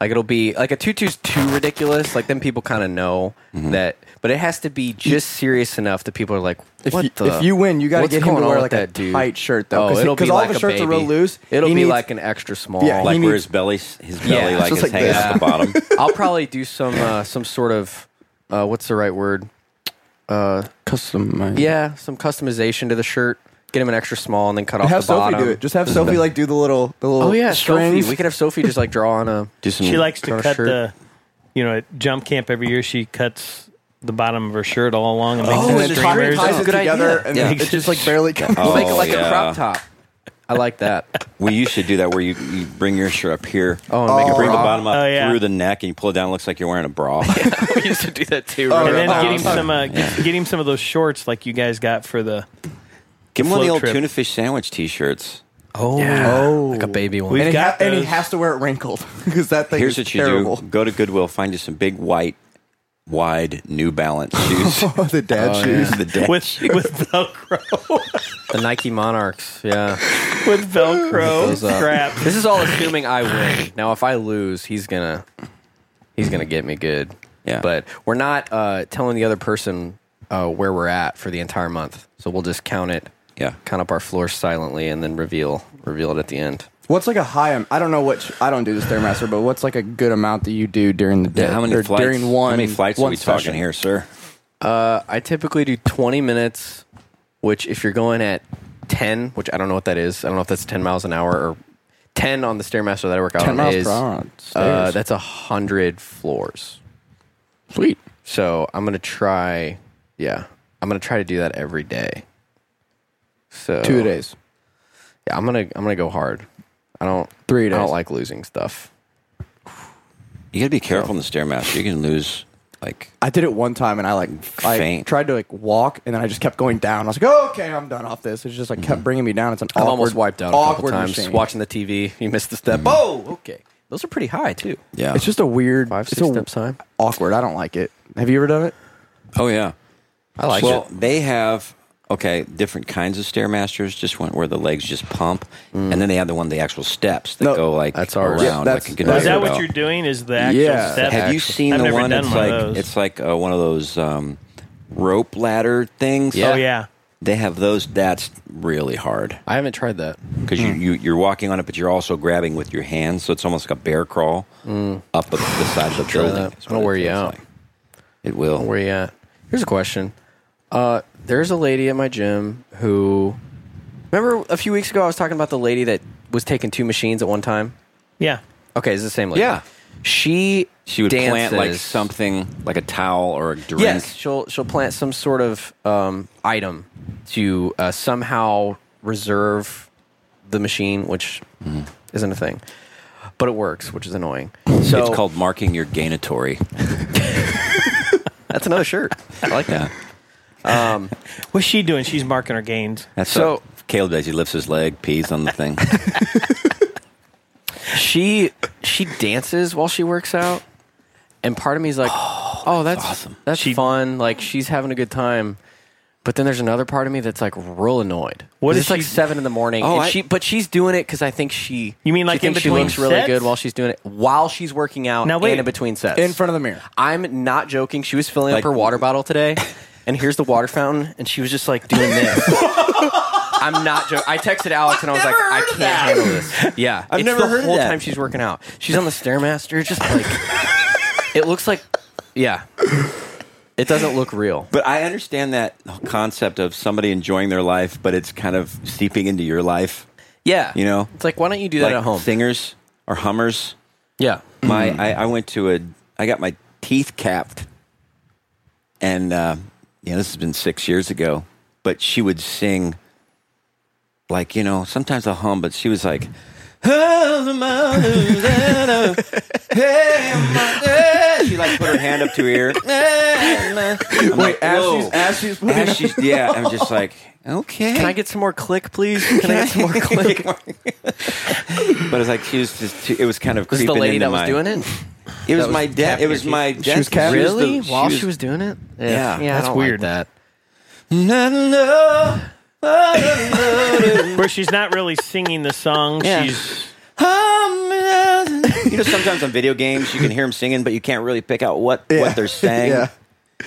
Like it'll be like a tutu's too ridiculous. Like then people kind of know Mm-hmm. that, but it has to be just serious enough that people are like, If, "What you, the? if you win, you got to what's get him to going on wear with like that a dude? tight shirt though. Oh, it'll be all like the a shirts are real baby. loose. It'll He be needs- like an extra small. Yeah, he like where needs- his belly, his belly, Yeah, it's like just is like hanging this. out the bottom. I'll probably do some uh, some sort of uh, what's the right word? Uh, custom. Yeah, some customization to the shirt. Get him an extra small and then cut off Have the Sophie bottom. do it. Just have Sophie like do the little the little oh yeah, strings. Sophie. We could have Sophie just like draw on a. Do some, She likes Got to a cut shirt. the, you know, at jump camp every year she cuts the bottom of her shirt all along and makes Oh, them and it streamers. ties it Good together, idea. and Yeah. it just like barely comes. Oh, Make it like yeah. a crop top. I like that. Well, you should do that where you, you bring your shirt up here. Oh, and make you a bring the bra. bottom up Oh, yeah. through the neck and you pull it down. It looks like you're wearing a bra. we used to do that too. And then Oh, get him okay. some, uh, get, get him some of those shorts like you guys got for the. Give him one of the Float old trip. tuna fish sandwich T-shirts. oh, Oh. like a baby one. We've and, he ha- got and he those. has to wear it wrinkled because that thing Here's is what you terrible. do: go to Goodwill, find you some big white, wide New Balance shoes. Oh, the dad shoes. Use the deck. With, with Velcro. the Nike Monarchs. Yeah, with Velcro uh, Those up. strap. This is all assuming I win. Now, if I lose, he's gonna he's gonna get me good. Yeah. but we're not uh, telling the other person uh, where we're at for the entire month. So we'll just count it. Yeah. count up our floors silently and then reveal reveal it at the end. What's like a high? am- I don't know what I don't do the stairmaster, but what's like a good amount that you do during the day? Yeah, how many or flights? during one? how many flights are one we session? talking here, sir? Uh, I typically do 20 minutes, which if you're going at 10, which I don't know what that is. I don't know if that's 10 miles an hour or 10 on the stairmaster that I work out 10 on miles per is hour on uh, stairs. that's 100 floors. Sweet. So I'm going to try yeah, I'm going to try to do that every day. So Two days. Yeah, I'm going to I'm going to go hard. I don't Three I don't days. like losing stuff. You got to be careful in the stairmaster. You can lose. Like I did it one time and I like I Faint. tried to like walk and then I just kept going down. I was like, oh, okay, I'm done off this. It's just like kept bringing me down. It's an i have awkward, almost wiped out a couple awkward times machine. watching the TV. You missed a step. Oh, okay. Those are pretty high too. yeah, It's just a weird. Five, it's six a- steps high. Awkward. I don't like it. Have you ever done it? oh yeah. I like well, it. they have okay different kinds of stairmasters. Just one where the legs just pump, and then they have the one the actual steps that Mm. No, go like that's around. ours. Yeah, that's- like a Well, Oh, Is that conveyor what belt. you're doing? Is the actual Yeah. step? Have you actually. seen I've the never one? done It's one of like those. it's like uh, one of those um, rope ladder things. Yeah. Oh yeah. they have those. That's really hard I haven't tried that. because Hmm. you, you you're walking on it, but you're also grabbing with your hands, so it's almost like a bear crawl Mm. up the, the side of the building. that. is It'll what it wear you feels out. like. It will. Where you at? Here's a question. Uh, there's a lady at my gym who. Remember a few weeks ago I was talking about the lady that was taking two machines at one time. Yeah. Okay, it's the same lady. Yeah. she She would plant like dances- something, like a towel or a drink. Yes, she'll she'll plant some sort of um, item to uh, somehow reserve the machine, which Mm-hmm. isn't a thing, but it works, which is annoying. So it's called marking your gainatory. that's another shirt. I like that. Yeah. What's she doing? She's marking her gains. Um, That's So- so. Caleb does. He lifts his leg, pees on the thing. she she dances while she works out, and part of me is like, oh, that's That's fun. Like she's having a good time. But then there's another part of me that's like real annoyed. What 'Cause is it's like she- seven in the morning? Oh, and I- she, but she's doing it because I think she. You mean like she in thinks between she looks really sets? good while she's doing it while she's working out Now, wait. and in between sets in front of the mirror. I'm not joking. She was filling Like- up her water bottle today, and here's the water fountain, and she was just like doing this. I'm not joking. I texted Alex and I was like, I can't handle this. Yeah, I've it's never the heard of whole that. time she's working out. She's on the stairmaster, just like it looks like. Yeah, it doesn't look real. But I understand that concept of somebody enjoying their life, but it's kind of seeping into your life. Yeah, You know? it's like why don't you do that Like at home? Singers or hummers. yeah, My I, I went to a I got my teeth capped, and uh, yeah, this has been six years ago. But she would sing, like you know, sometimes I'll hum, but she was like. she like put her hand up to her ear. I'm like, as "Whoa." she's- as she's putting As she's- yeah, I'm just like, okay. can I get some more click, please? Can I get some more click? but it's like she was just. Too, it was kind of. Was the creeping lady into that was my- doing it? It was that was my dad. tapping It your was teeth? my She dentist. was capping? the- Really? she While she was doing it? Yeah. yeah, That's that's weird. weird. that. No, no, no. Where she's not really singing the song. She's you know, sometimes on video games you can hear them singing, but you can't really pick out what what they're saying. Yeah.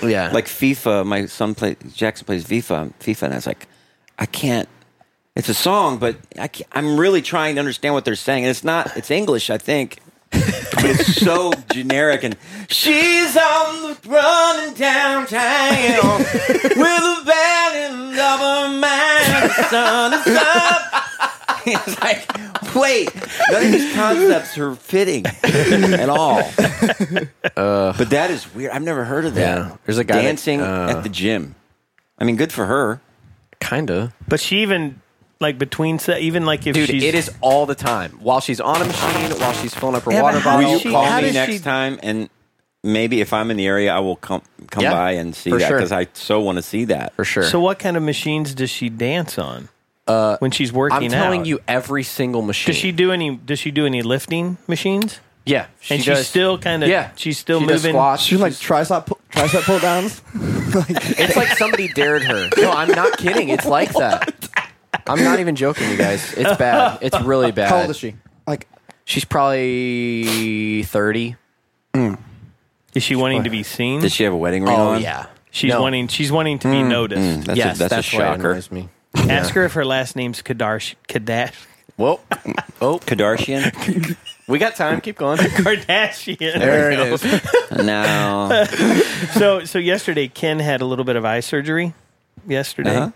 Yeah, Like FIFA, my son plays Jackson plays FIFA, FIFA, and I was like, I can't. It's a song, but I can't, I'm really trying to understand what they're saying, and it's not. It's English, I think. but it's so generic and she's on the run and downtown with a band of her mind. The sun is up. it's like, wait, none of these concepts are fitting at all. but that is weird. I've never heard of that. Yeah. There's a guy that- dancing uh, at the gym. I mean, good for her. kinda. but she even like between set even like if Dude, she's it is all the time. While she's on a machine, while she's filling up her Yeah, water but how bottle. does Will you she- call how me does next she- time? And maybe if I'm in the area, I will come come Yeah, by and see for that sure. because I so want to see that. for sure. So what kind of machines does she dance on? Uh, when she's working I'm telling out? you, every single machine. Does she do any? Does she do any lifting machines? Yeah, and she's does- still kind of. Yeah, She's still she Does moving. squats. She's like tricep pull, tricep pull downs. it's like somebody dared her. No, I'm not kidding. It's like that. I'm not even joking, you guys. It's bad. It's really bad. How old is she? Like She's probably thirty. Hmm. Is she wanting to be seen? Did she have a wedding ring on? Mm, she's Oh, No. wanting. She's wanting to be Hmm. noticed. That's yes, a, that's, a what shocker. annoys me. Ask her if her last name's Kadarsh, Kadash, Well, oh, Kardashian? we got time. Keep going. Kardashian. there it is. no. so so yesterday Ken had a little bit of eye surgery yesterday, Uh-huh.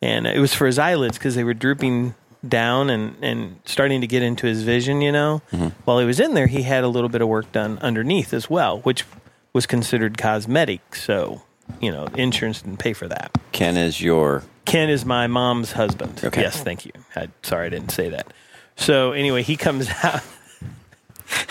and it was for his eyelids because they were drooping down and and starting to get into his vision. You know, while he was in there, he had a little bit of work done underneath as well, which was considered cosmetic. So you know, insurance didn't pay for that. Ken is your. Ken is my mom's husband. Okay. Yes, thank you. I, sorry, I didn't say that. So anyway, he comes out,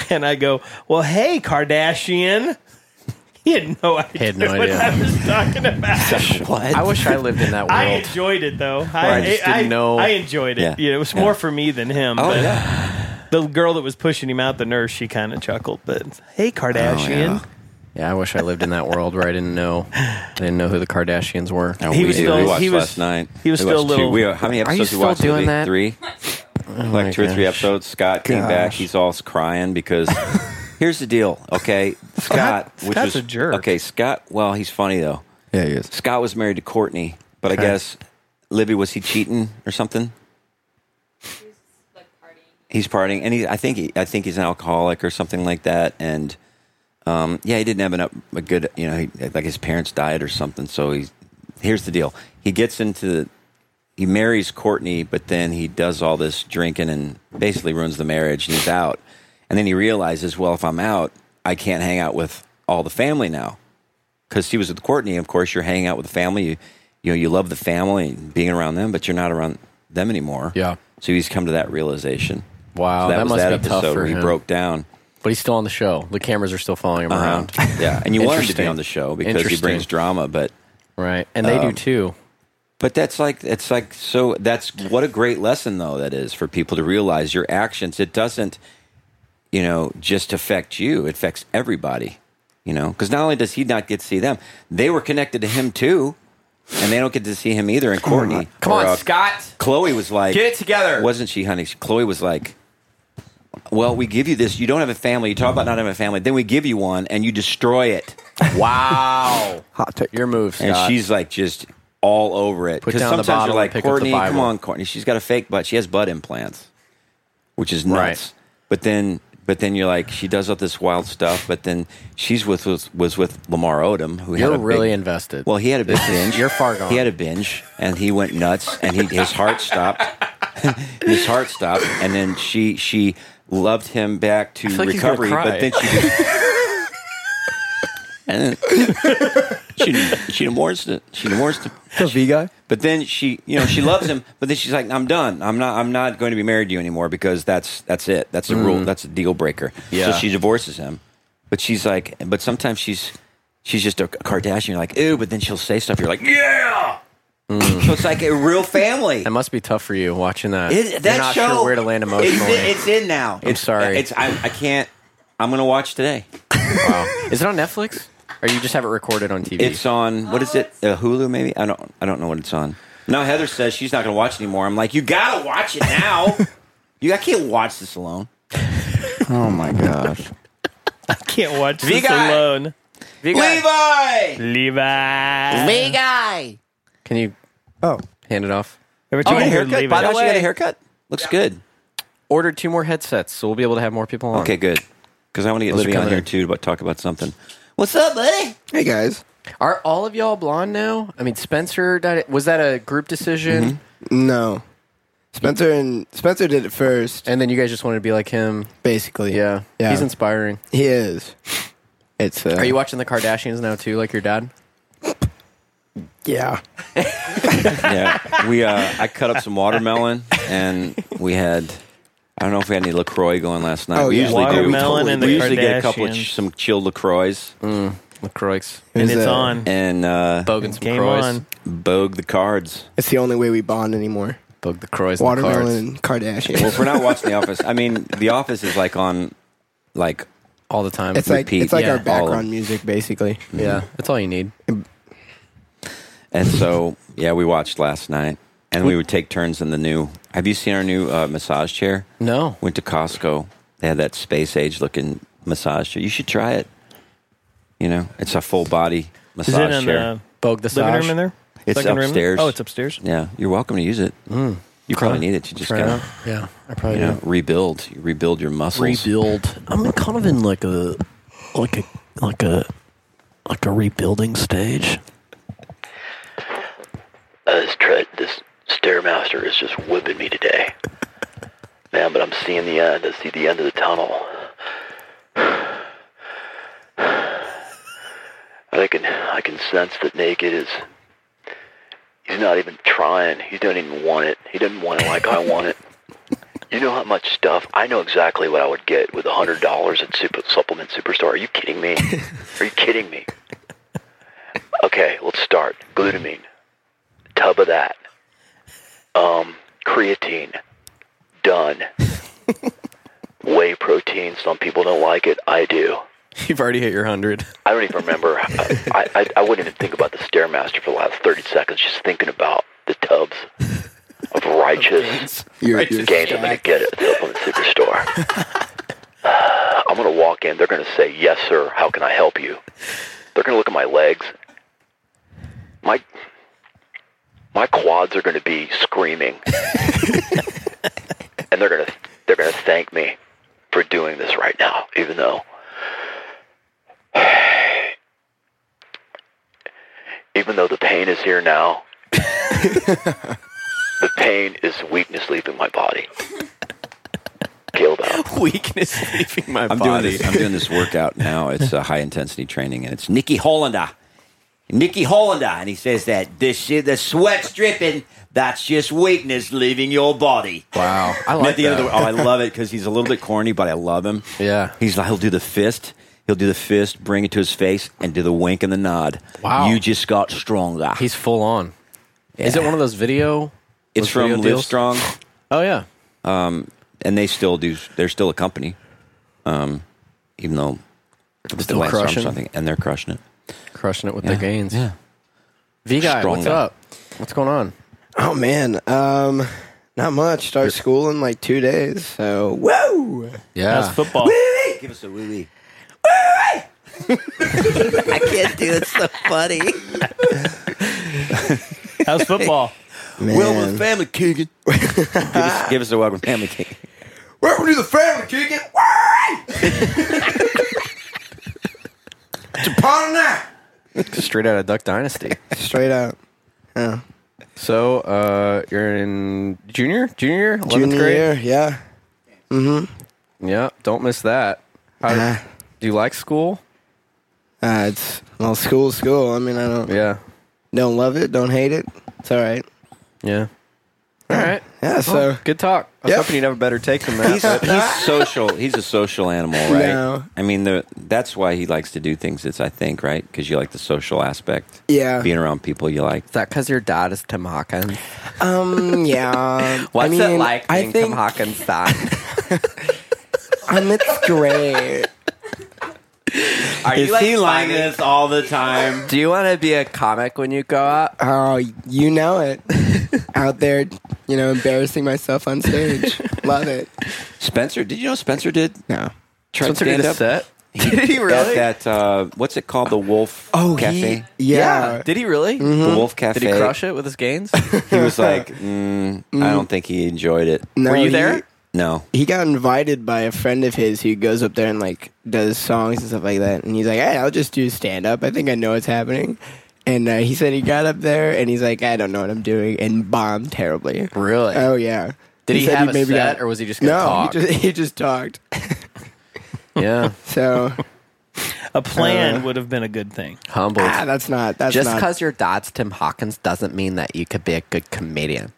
and I go, "Well, hey, Kardashian." He had no idea had no what idea. I was talking about. What? I wish I lived in that world. I enjoyed it though. I, I just didn't know. I enjoyed it. Yeah. Yeah, it was more for me than him. oh, but yeah. The girl that was pushing him out, the nurse, she kind of chuckled. But Oh, hey, Kardashian. Yeah, I wish I lived in that world where I didn't know, I didn't know who the Kardashians were. Oh, He we was did. still- we watched he was- last night. he was We still a watched two- little- we- uh, how many Are you episodes still we watched? Maybe doing that? Three? like two or three episodes. Scott came back. Gosh. He's all crying because here's the deal. Okay, Scott, which Scott's was a jerk. Okay, Scott. Well, he's funny though. Yeah, he is. Scott was married to Courtney, but I guess Libby was he cheating or something? like partying. He's partying, and he, I think he, I think he's an alcoholic or something like that. And um, yeah, he didn't have an, up- a good, you know, he, like his parents died or something. So he's here's the deal. He gets into the, he marries Courtney, but then he does all this drinking and basically ruins the marriage. And he's out, and then he realizes, well, if I'm out, I can't hang out with all the family now because he was with Courtney. Of course, you're hanging out with the family. You, you know, you love the family and being around them, but you're not around them anymore. Yeah. So he's come to that realization. Wow, So that, that was must that be tough episode for where he him. broke down. Uh-huh. But he's still on the show. The cameras are still following him around, Yeah, and you want him to be Interesting. on the show because he Interesting. brings drama, but right? And they do too. Um, but that's like it's like so that's what a great lesson though that is for people to realize your actions. It doesn't you know, just affect you. It affects everybody, you know, because not only does he not get to see them, they were connected to him too, and they don't get to see him either. And Courtney, Come on, or, uh, Scott. Chloe was like, Get it together. wasn't she, honey? Chloe was like, well, we give you this. You don't have a family. You talk about not having a family. Then we give you one, and you destroy it. Wow. Hot take. Your move, Scott. And she's like just all over it. Put 'Cause down the sometimes bottle you're and like, pick up the Courtney, come Bible." on, Courtney. She's got a fake butt. She has butt implants, which is nuts. Right. But then, but then you're like, she does all this wild stuff. But then she's with was, was with Lamar Odom, who You're had a really big, invested. Well, he had a big binge. you're far gone. He had a binge, and he went nuts, and he his heart stopped. his heart stopped, and then she she loved him back to feel like he's gonna recovery. cry. But then she. Just, and then she she divorced it. She divorced him. The V guy. But then she, you know, she loves him. But then she's like, "I'm done. I'm not. I'm not going to be married to you anymore because that's that's it. That's a rule. That's a deal breaker." Yeah. So she divorces him. But she's like, but sometimes she's she's just a Kardashian. You're like, "Ew!" But then she'll say stuff. You're like, "Yeah." Mm. So it's like a real family. that must be tough for you watching that. It- that Uh, You're not show sure where to land emotionally. It's, in- it's in now. I'm it's, sorry. It's I, I can't. I'm gonna watch today. Is it on Netflix? Or you just have it recorded on TV? It's on. What is Oh, it? Uh, Hulu? Maybe. I don't. I don't know what it's on. Now Heather says she's not going to watch it anymore. I'm like, you gotta watch it now. you, I can't watch this alone. Oh my gosh. Can't watch this guy. alone. Levi. Levi. Levi. Can you Oh, hand it off? Every Oh, time you got I a hear haircut. By Levi, the way, you got a haircut. Looks good. Ordered two more headsets, so we'll be able to have more people on. Okay, good. Because I want to get Those are Libby on coming here in. too to talk about something. What's up, buddy? Hey guys. Are all of y'all blonde now? I mean, Spencer, that- was that a group decision? Mm-hmm. No. Spencer and Spencer did it first, And then you guys just wanted to be like him? basically. Yeah. Yeah. He's inspiring. He is. It's. Uh, Are you watching the Kardashians now too, like your dad? Yeah. yeah, we. Uh, I cut up some watermelon, and we had. I don't know if we had any Lacroix going last night. Oh, we yeah. usually do. Watermelon and the we usually get a couple of Kardashians. ch- some chilled Lacroix LaCroix. and Mm. Is it's that- on. and uh, Bogan some Game Croix. on. bogue the cards. It's the only way we bond anymore. Bog the Croix. and the Watermelon cards. and Well, Kardashian. if we're not watching The Office, I mean, The Office is like on, like, All the time. It's like repeat, it's like yeah, our all of them. background music, basically. yeah, Mm-hmm. that's all you need. and so yeah, we watched last night, and we would take turns in the new. Have you seen our new uh, massage chair? No. Went to Costco. They had that space age looking massage chair. You should try it. You know, it's a full Is body massage it in chair. the Bog the living Sash. room in there? It's Second room? upstairs. Oh, it's upstairs. Yeah, you're welcome to use it. Mm. You probably need it. You just Right gotta, now? Yeah, I probably you do. know, rebuild. You rebuild your muscles. rebuild. I'm kind of in like a like a like a like a rebuilding stage. Uh, this tread, this stairmaster is just whipping me today, man. But I'm seeing the end. I see the end of the tunnel. And I can, I can sense that naked is. He's not even trying. He don't even want it. He doesn't want it like I want it. You know how much stuff I know exactly what I would get with a hundred dollars at Super, Supplement Superstore. Are you kidding me? Are you kidding me? Okay, let's start. Glutamine tub of that. Um, creatine, done. Whey protein. Some people don't like it. I do. You've already hit your hundred. I don't even remember. I, I, I wouldn't even think about the stairmaster for the last thirty seconds. Just thinking about the tubs of righteous You're, you're, gains I'm going to get at the supplement superstore. I'm going to walk in. They're going to say, "Yes, sir. How can I help you?" They're going to look at my legs. My my quads are going to be screaming, and they're going to they're going to thank me for doing this right now, even though. Even though the pain is here now, the pain is weakness leaving my body. Killed out. Weakness leaving my I'm body. doing this. I'm doing this workout now. It's a high intensity training, and it's Nikki Hollander. Nikki Hollander, and he says that this shit, the sweat's dripping. That's just weakness leaving your body. Wow, I And like at the that. end of the, oh, I love it because he's a little bit corny, but I love him. Yeah. he's like he'll do the fist. He'll do the fist, bring it to his face, and do the wink and the nod. Wow. you just got stronger. He's full on. Is it one of those video? it's those from video Live deals? Strong, Oh yeah, Um, and they still do. They're still a company. um, even though it's Still Lance crushing. Armstrong thing, and they're crushing it. Crushing it with Yeah. the gains. Yeah. V guy, Strong what's guy. up? What's going on? Oh man, um, not much. Start school in like two days, so whoa! Yeah. That's football. Give us a wee wee. I can't do it. So funny. How's football? Man. Welcome to family, Keegan. give, us, give us a welcome, family, Keegan. welcome to the family, Keegan. it's upon now. Straight out of Duck Dynasty. Straight out. Yeah. So uh, you're in junior, junior, eleventh Junior grade. year, yeah. Mm-hmm. Yeah, don't miss that. How, Uh, do you like school? uh, it's well, school's school. I mean, I don't Yeah, don't love it, don't hate it. It's all right. yeah. All right. Yeah, so Good talk. I was Yep. hoping you'd have a better take than that. He's, he's social. He's a social animal, right? No. I mean, the, that's why he likes to do things. It's I think right because you like the social aspect, yeah, being around people you like. that because your dad is Tim Hawkins? um, yeah. I mean, I think Hawkins' dad? um, it's great. Are you, like, finding- this all the time? do you want to be a comic when you grow up? Oh, you know it. Out there, you know, embarrassing myself on stage. Love it. Spencer, did you know Spencer did? No. Try Spencer did a stand-up set. Did he really? At that uh, what's it called? The Wolf Cafe. yeah. Did he really? Mm-hmm. The Wolf Cafe. Did he crush it with his gains? He was like, mm, I don't think he enjoyed it. No, Were you he- there? No. He, got invited by a friend of his who goes up there and like does songs and stuff like that. And he's like, "Hey, I'll just do stand up. I think I know what's happening." And uh, he said he got up there and he's like, "I don't know what I'm doing," and bombed terribly. Really? Oh yeah. Did he, said have a maybe set, got- or was he just no? gonna talk? He just he just talked. yeah, So A Uh, plan would have been a good thing. humble. Uh, ah, that's not that's Just not because your dad's Tim Hawkins doesn't mean that you could be a good comedian.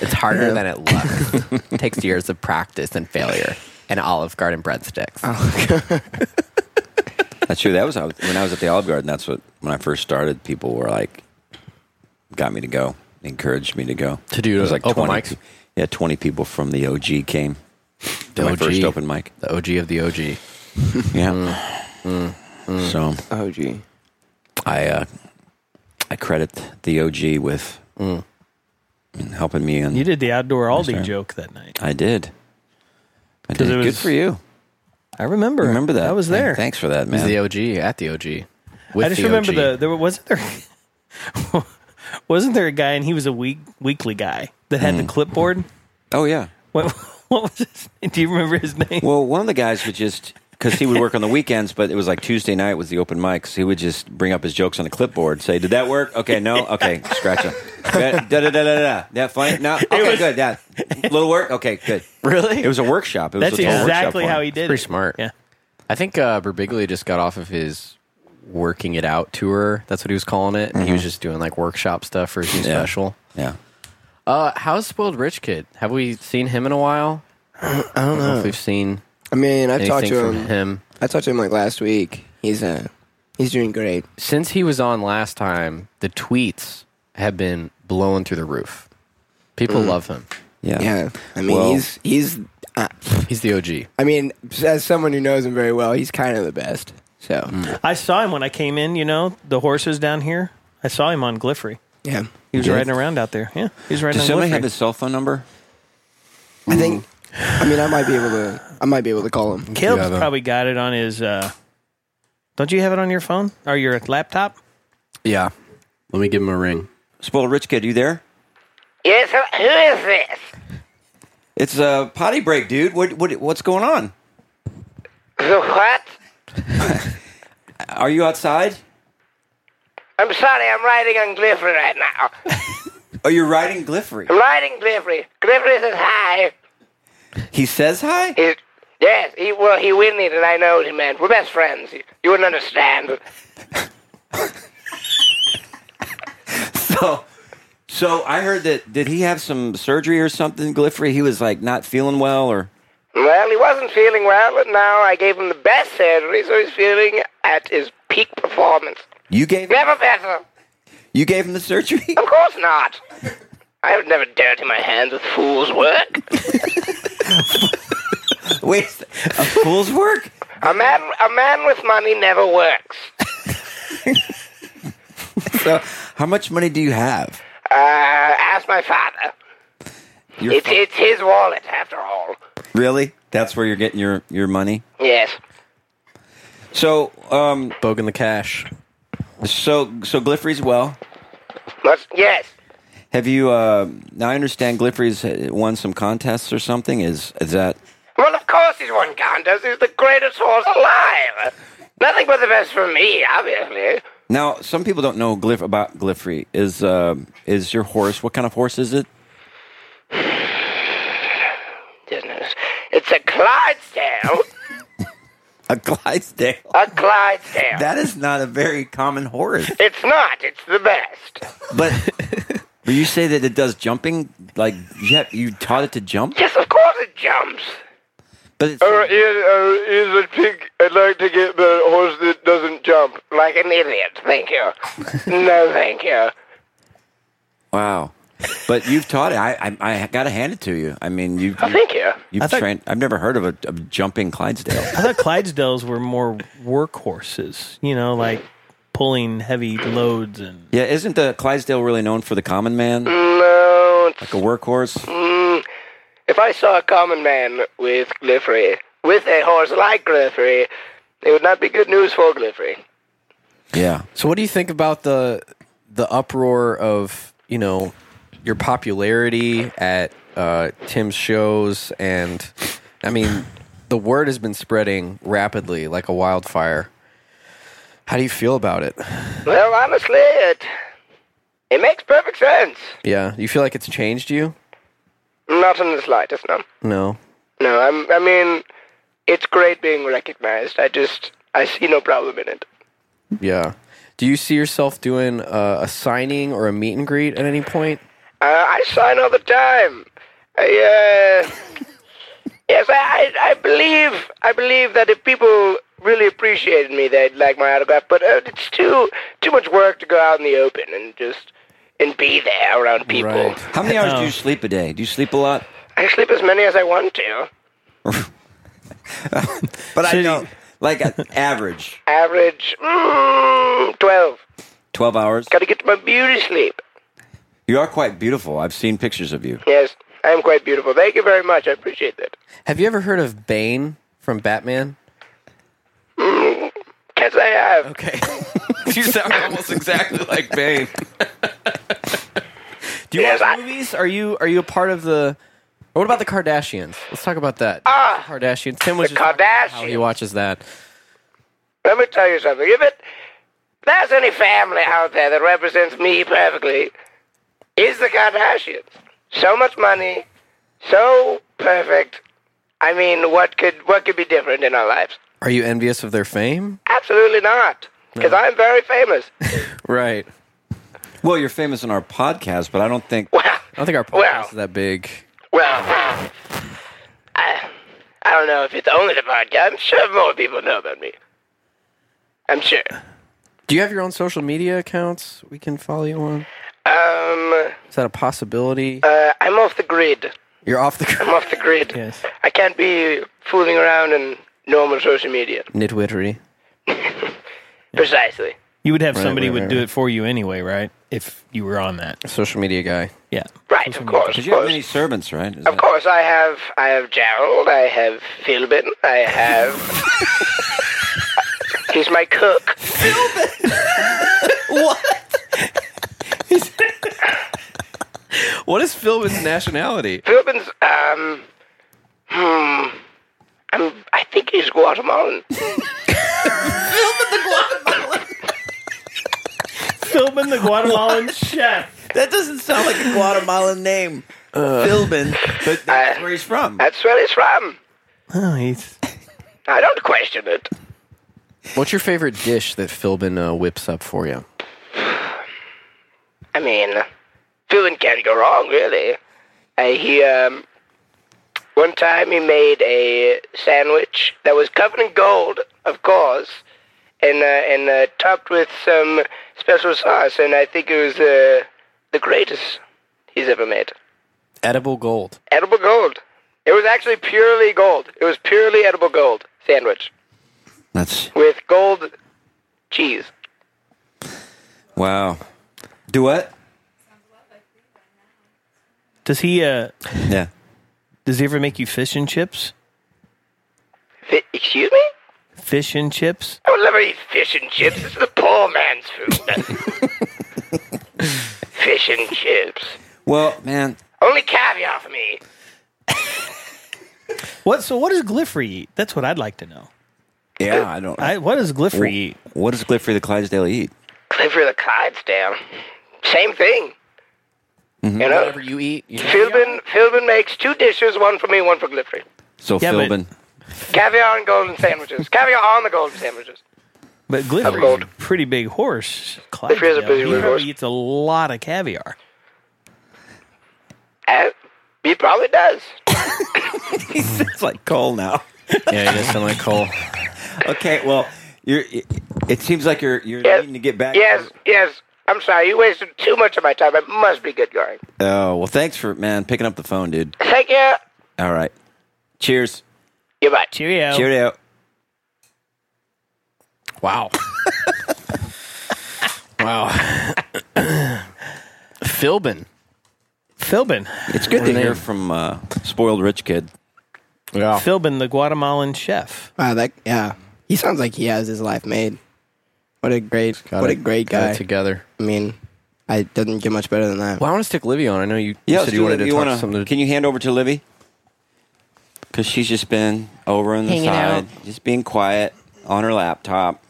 It's harder than it looks. takes years of practice and failure and Olive Garden breadsticks. Oh, That's true. That was how- when I was at the Olive Garden. That's what when I first started. People were like, got me to go, encouraged me to go To do It was like open 20 mics? pe- Yeah, twenty people from the OG came. The to my OG. first open mic. The OG of the Mm. OG. Yeah. So Oh gee. I uh, I credit the OG with Mm. helping me, and You did the outdoor Aldi sir. joke that night. I did. I 'Cause did. it Good was- for you. I remember. Remember that? I was there. Thanks for that, He's man. the OG at the OG. With I just the remember OG. the there wasn't there wasn't there a guy and he was a week weekly guy that had the Mm. clipboard. oh yeah. What what was his? Name? Do you remember his name? Well, one of the guys would just because he would work on the weekends, but it was like Tuesday night was the open mics. He would just bring up his jokes on a clipboard, say, "Did that work? Okay, no, okay, scratch it. Da da da da da. da. That funny? No, okay, was- good. That little work. Okay, good. really? It was a workshop. It was That's a total workshop exactly for how him. he did. Pretty it. smart. Yeah. I think uh, Berbiglia just got off of his working it out tour. That's what he was calling it. And he was just doing like workshop stuff for his new Mm-hmm. Yeah. special. Yeah. Uh, how's Spoiled Rich Kid? Have we seen him in a while? I don't I don't know know. if we've seen I mean, I've talked anything to him. from him. I talked to him like last week. He's uh he's doing great. Since he was on last time, the tweets have been blowing through the roof. People Mm. love him. Yeah. Yeah. I mean, Well- he's he's uh, He's the OG. I mean, as someone who knows him very well, he's kind of the best. So, Mm. I saw him when I came in. You know the horses down here. I saw him on Gliffery. yeah. He was Yeah. riding around out there. Yeah, he was riding Does on somebody Gliffery. have his cell phone number? I think I mean, I might be able to I might be able to call him. Caleb's Yeah, though. probably got it on his. Uh, don't you have it on your phone or your laptop? Yeah. Let me give him a ring. Spoiled rich kid, you there? Yes, who who is this? It's a potty break, dude. What, what what's going on? The what? Are you outside? I'm sorry, I'm riding on Gliffery right now. Are you riding Gliffery? I'm riding Gliffery. Gliffery says hi. He says hi. He's, yes, he well, he will need it. I know what he meant. We're best friends. You, you wouldn't understand. So, so I heard that did he have some surgery or something? Gliffery, he was like not feeling well, or Well, he wasn't feeling well, but now I gave him the best surgery, so he's feeling at his peak performance. you gave Never better. you gave him the surgery. Of course not. I would never dirty my hands with fool's work. Wait, a fool's work? A man, a man with money never works. So, how much money do you have? Uh, ask my father. Your it's fa- it's his wallet after all. Really? That's where you're getting your, your money? Yes. So, um, Bogan the cash. so, so Gliffery's well. Must, yes. Have you? Uh, now I understand Gliffery's uh, won some contests or something. Is is that? Well, of course he's won contests. He's the greatest horse alive. Nothing but the best for me, obviously. Now some people don't know Gliff about Gliffery. Is uh, is your horse? What kind of horse is it? Goodness. It's a Clydesdale. A Clydesdale. a Clydesdale. That is not a very common horse. It's not. It's the best. But but you say that it does jumping. Like yeah, you taught it to jump. Yes, of course it jumps. But it's, Oh, is a pig. I'd like to get the horse that doesn't jump. Like an idiot. Thank you. no, thank you. wow. But you've taught it. I I, I got to hand it to you. I mean you. Oh, thank you. You've I thought- trained. I've never heard of a, a jumping Clydesdale. I thought Clydesdales were more workhorses, you know, like pulling heavy loads and yeah, isn't the Clydesdale really known for the common man, like Mm, No. a workhorse? Hmm. If I saw a common man with Gliffery, with a horse like Gliffery, it would not be good news for Gliffery. Yeah. So what do you think about the the uproar of you know your popularity at uh, Tim's shows and I mean the word has been spreading rapidly like a wildfire. How do you feel about it? Well, honestly, it it makes perfect sense. Yeah, you feel like it's changed you? Not in the slightest, no. No. No, I'm, I mean, it's great being recognized. I just, I see no problem in it. Yeah. Do you see yourself doing uh, a signing or a meet and greet at any point? Uh, I sign all the time. I, uh, yes, I, I, I believe, I believe that if people really appreciated me, they'd like my autograph. But uh, it's too, too much work to go out in the open and just and be there around people. Right. How many hours do you sleep a day? Do you sleep a lot? I sleep as many as I want to. But I know, like an average, Average, mm, twelve. twelve hours. Got to get my beauty sleep. You are quite beautiful. I've seen pictures of you. Yes, I am quite beautiful. Thank you very much. I appreciate that. Have you ever heard of Bane from Batman? Yes, I have. Okay. you sound almost exactly like Bane. Do you Yes, I- watch movies? Are you are you a part of the? Or what about the Kardashians? Let's talk about that. Ah, The Kardashians. Tim was the just talking about how he Kardashians. watches that. Let me tell you something. If it there's any family out there that represents me perfectly, is the Kardashians. So much money, so perfect. I mean, what could what could be different in our lives? Are you envious of their fame? Absolutely not, because I'm very famous. Right. Well, you're famous on our podcast, but I don't think. Well, I don't think our podcast Well. is that big. well, I, I don't know if it's only the podcast. I'm sure more people know about me. I'm sure. Do you have your own social media accounts we can follow you on? Um, Is that a possibility? uh, I'm off the grid. You're off the I'm off the grid. Yes. I can't be fooling around in normal social media. nitwittery. Precisely. you would have somebody right, would right, do right. it for you anyway, right? If you were on that. Social media guy. Yeah. Right, of course, of Because you have course. many servants, right? Is Of that- course, I have I have Gerald, I have Philbin, I have. He's my cook. What is Philbin's nationality? Philbin's um, hmm, I'm, I think he's Guatemalan. Philbin the Guatemalan chef. That doesn't sound like a Guatemalan name, Philbin. But that's I- where he's from. Uh. That's where he's from. Oh, he's I don't question it. What's your favorite dish that Philbin uh, whips up for you? I mean, Philbin can't go wrong, really. Uh, he um, one time he made a sandwich that was covered in gold, of course, and uh, and uh, topped with some special sauce, and I think it was uh, the greatest he's ever made. Edible gold. Edible gold. It was actually purely gold. It was purely edible gold sandwich That's with gold cheese. wow. Do what? Does he? Uh, yeah. Does he ever make you fish and chips? Fi excuse me? Fish and chips? I would never eat fish and chips. This is the poor man's food. fish and chips. Well, man, Only caviar for me. What? So what does Gliffery eat? That's what I'd like to know. yeah, I don't. I, what does Gliffery eat? What does Gliffery the Clydesdale eat? Clifford the Clydesdale. Same thing. Mhm. You know? Mm-hmm. Whatever you eat. You Philbin, Philbin makes two dishes, one for me, one for Gliffery. So Yeah, but- Philbin. Caviar and golden sandwiches. Caviar on the golden sandwiches. But Gliffery's a pretty big horse. Gliffery is a Clydesdale. pretty he big probably horse. eats a lot of caviar. Uh, he probably does. he sounds like Cole now. yeah, you just sound like Cole. Okay, well, you're. It, it seems like you're you're Yes. needing to get back. Yes, yes. I'm sorry, you wasted too much of my time. I must be good going. Oh well, thanks for man picking up the phone, dude. Thank you. All right. Cheers. Goodbye. Cheerio. Cheerio. Wow. wow. Philbin. Philbin. It's good to Renee. hear from uh, spoiled rich kid. Yeah. Philbin, the Guatemalan chef. Wow, Uh, that yeah. He sounds like he has his life made. What a great, what a great Got guy. it together. I mean, I doesn't get much better than that. Well, I want to stick Livy on. I know you, you Yeah, said you wanted to talk wanna- something. To, Can you hand over to Livy? Because she's just been over on the side, just being quiet on her laptop.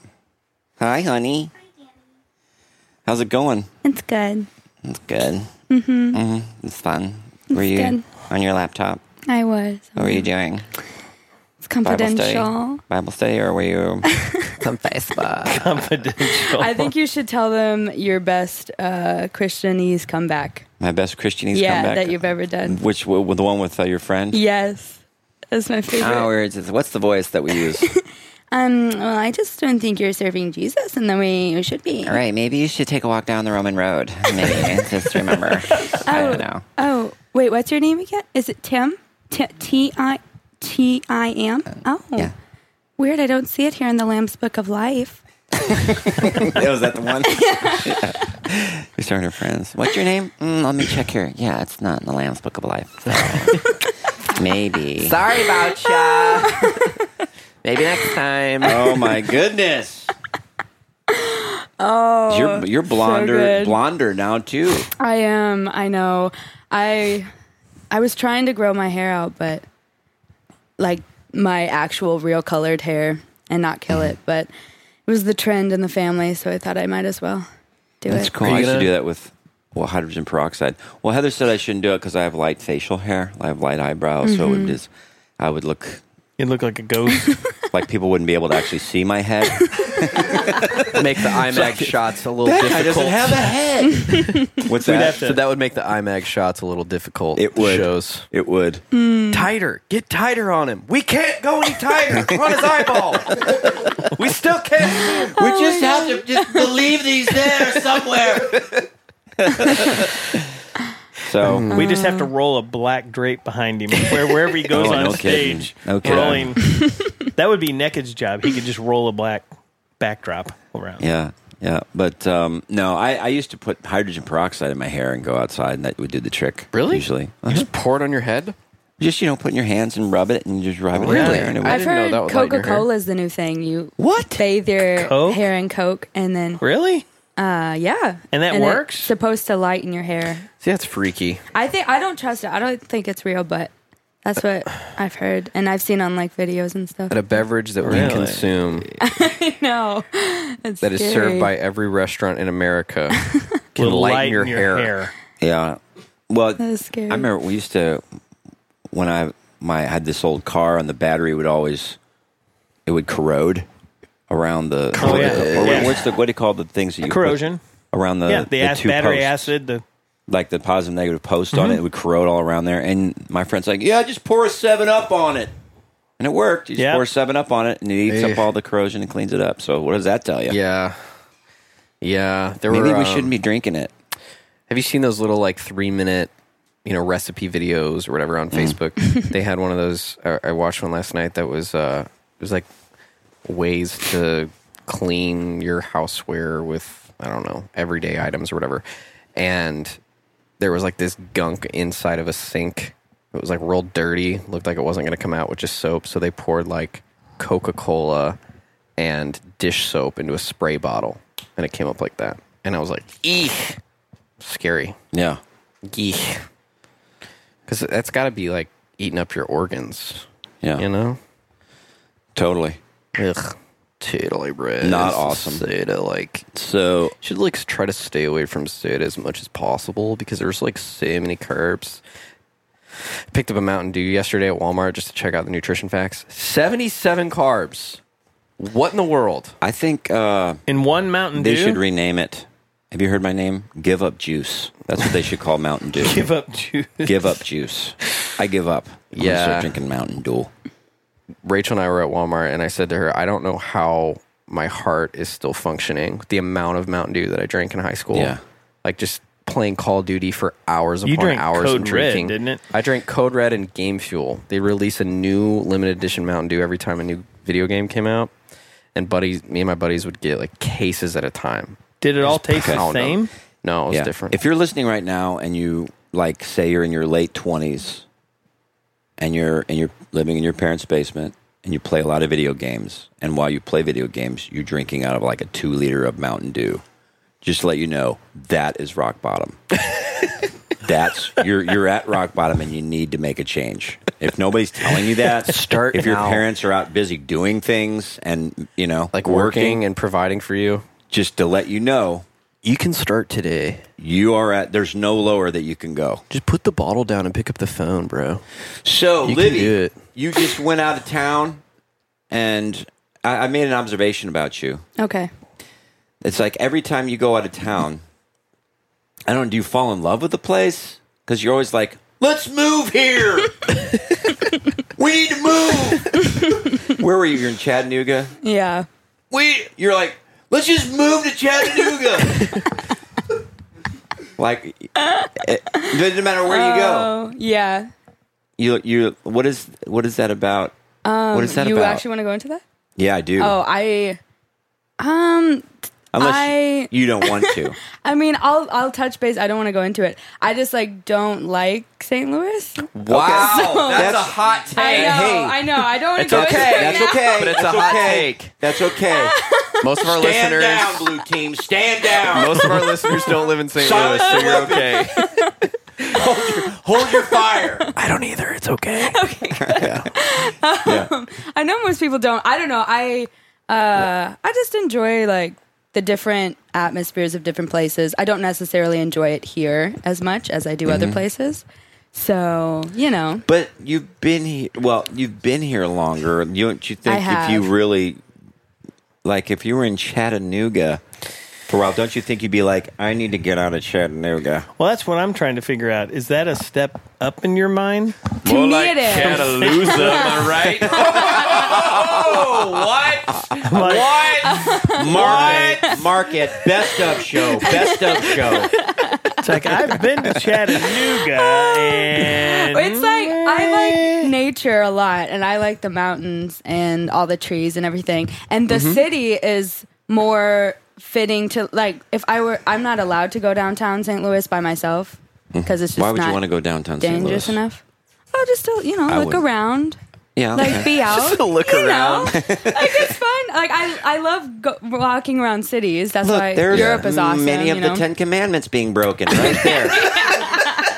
Hi, honey. How's it going? It's good. It's good. hmm hmm It's fun. Were It's you good. on your laptop? I was. What were you doing? It's Bible confidential. study, Bible study or were you on Facebook? Confidential. I think you should tell them your best uh, Christianese comeback. My best Christianese yeah, comeback. that you've ever done. Which with the one with uh, your friend? Yes, that's my favorite. Ours is- what's the voice that we use? Um, well, I just don't think you're serving Jesus in the way you should be. All right, maybe you should take a walk down the Roman road. Maybe just remember. I don't know. Oh, wait, what's your name again? Is it Tim? T- T-I- T-I-M? Uh, Oh. Weird, I don't see it here in the Lamb's Book of Life. was Oh, that the one? yeah. We started her friends. What's your name? Mm, let me check here. Yeah, it's not in the Lamb's Book of Life. so maybe. Sorry about ya. Maybe next time. Oh my goodness! oh. you're you're so blonder good. blonder now too. I am. I know. I I was trying to grow my hair out, but like my actual real colored hair and not kill it, but it was the trend in the family, so I thought I might as well do That's it. cool. Are you I should gonna- do that with well hydrogen peroxide. Well, Heather said I shouldn't do it because I have light facial hair. I have light eyebrows, so Mm-hmm. it is. I would look You look like a ghost. like people wouldn't be able to actually see my head. make the IMAG shots a little difficult. a head. What's that? so that would make the IMAG shots a little difficult. It would. Shows. It would. Hmm. Tighter. Get tighter on him. We can't go any tighter on his eyeball. we still can't. We just have to just believe these there somewhere. so we just have to roll a black drape behind him where, wherever he goes Oh, on no kidding. stage. No kidding. rolling. that would be Necked's job. He could just roll a black backdrop around. yeah, yeah, but um, no, I, I used to put hydrogen peroxide in my hair and go outside, and that would do the trick. Really? Usually, Uh-huh. You just pour it on your head? just you know, put in your hands and rub it, and you just rub it in your hair, and it would- I've didn't know heard that would lighten your Coca hair. Cola is the new thing. You What? bathe your Coke? hair in Coke and then, Really? uh, yeah. And that it's works? supposed to lighten your hair. See, that's freaky. I think I don't trust it. I don't think it's real, but that's what I've heard and I've seen on like videos and stuff. At a beverage that we Really? consume I know. It's that is scary. served by every restaurant in America can Will lighten your, hair. yeah. Well, That is scary. I remember we used to when I my I had this old car and the battery would always it would corrode around the Oh, yeah. or Yeah. what's the what do you call the things that you put Corrosion. around the yeah, the, ac- two battery Mm-hmm. posts, acid, the like the positive negative post on it it would corrode all around there and my friend's like yeah just pour a seven up on it and it worked you just Yeah. pour a seven up on it and it eats Eh. up all the corrosion and cleans it up so what does that tell you Yeah. Yeah. There maybe were, we um, shouldn't be drinking it Have you seen those little like three minute, you know recipe videos or whatever Mm. on Facebook. they had one of those. I, I watched one last night that was uh, it was like ways to clean your houseware with I don't know everyday items or whatever. And there was like this gunk inside of a sink. It was like real dirty. Looked like it wasn't going to come out with just soap. So they poured like Coca Cola and dish soap into a spray bottle, and it came up like that. And I was like, "Eek, scary." Yeah. Eek. Because that's got to be like eating up your organs. Yeah. You know. Totally. Ugh. Totally, bro. Not awesome. Soda, like so, should like try to stay away from soda as much as possible because there's like so many carbs. Picked up a Mountain Dew yesterday at Walmart just to check out the nutrition facts. Seventy-seven carbs. What in the world? I think uh, in one Mountain they Dew? should rename it. Have you heard my name? Give up juice. That's what they should call Mountain Dew. Give up juice. Give up juice. I give up. I'm gonna Yeah. start drinking Mountain Dew. Rachel and I were at Walmart, and I said to her, "I don't know how my heart is still functioning. with The amount of Mountain Dew that I drank in high school, Yeah. like just playing Call of Duty for hours You upon drank hours Code and Red, drinking. didn't it? I drank Code Red and Game Fuel. They release a new limited edition Mountain Dew every time a new video game came out, and buddies, me and my buddies would get like cases at a time. Did it all Just taste the pound 'em. same? No, it was Yeah. different. If you're listening right now and you like say you're in your late twenties and you're and you're living in your parents' basement and you play a lot of video games and while you play video games you're drinking out of like a two liter of Mountain Dew. Just to let you know that is rock bottom. That's you're you're at rock bottom and you need to make a change. If nobody's telling you that, Start If your now. parents are out busy doing things and you know like working and providing for you, just to let you know you can start today. you are at there's no lower that you can go. Just put the bottle down and pick up the phone, bro. So, You can Livy, do it. you just went out of town, and I, I made an observation about you. Okay. It's like every time you go out of town, I don't. Do you fall in love with the place? Because you're always like, "Let's move here. we need to move." Where were you? You're in Chattanooga. Yeah. We. You're like, "Let's just move to Chattanooga." like, eh, it, doesn't matter where you go. Oh, yeah. You you. What is what is that about? Um, What is that you about? actually want to go into that? Yeah, I do. Oh, I. Um, Unless I- you don't want to. I mean, I'll I'll touch base. I don't want to go into it. I just like don't like St. Louis. Wow, So- that's, a hot take. I know. Hey, I know. I don't want It's to go okay. into it. That's now. okay. But it's That's a hot okay. take. That's okay. Most of our Stand listeners. down, blue team. Stand down. Most of our listeners don't live in St. Sign Louis, so you're okay. Hold your fire. I don't either. It's okay. I know most people don't. I don't know. I uh, I just enjoy like the different atmospheres of different places. I don't necessarily enjoy it here as much as I do other places. So you know, But you've been here. Well, you've been here longer. You don't you think if have. you really, like, if you were in Chattanooga for a while, don't you think you'd be like, I need to get out of Chattanooga? Well, that's what I'm trying to figure out. Is that a step up in your mind? to me it is. Cataloosa, am I right? Oh, I'm like, Mark it. Mark it. Best of show. Best of show. it's like I've been to Chattanooga, and It's like I like nature a lot, and I like the mountains and all the trees and everything. And the city is more fitting to like if I were. I'm not allowed to go downtown St. Louis by myself because it's just Why would not you want to go downtown St. dangerous Louis? enough. Oh, just to you know I look wouldn't. around. Yeah. Like be out, to look you know? around. like it's fun. Like I, I love go- walking around cities. That's why there's Europe is awesome. Many of you know? the Ten Commandments being broken right there.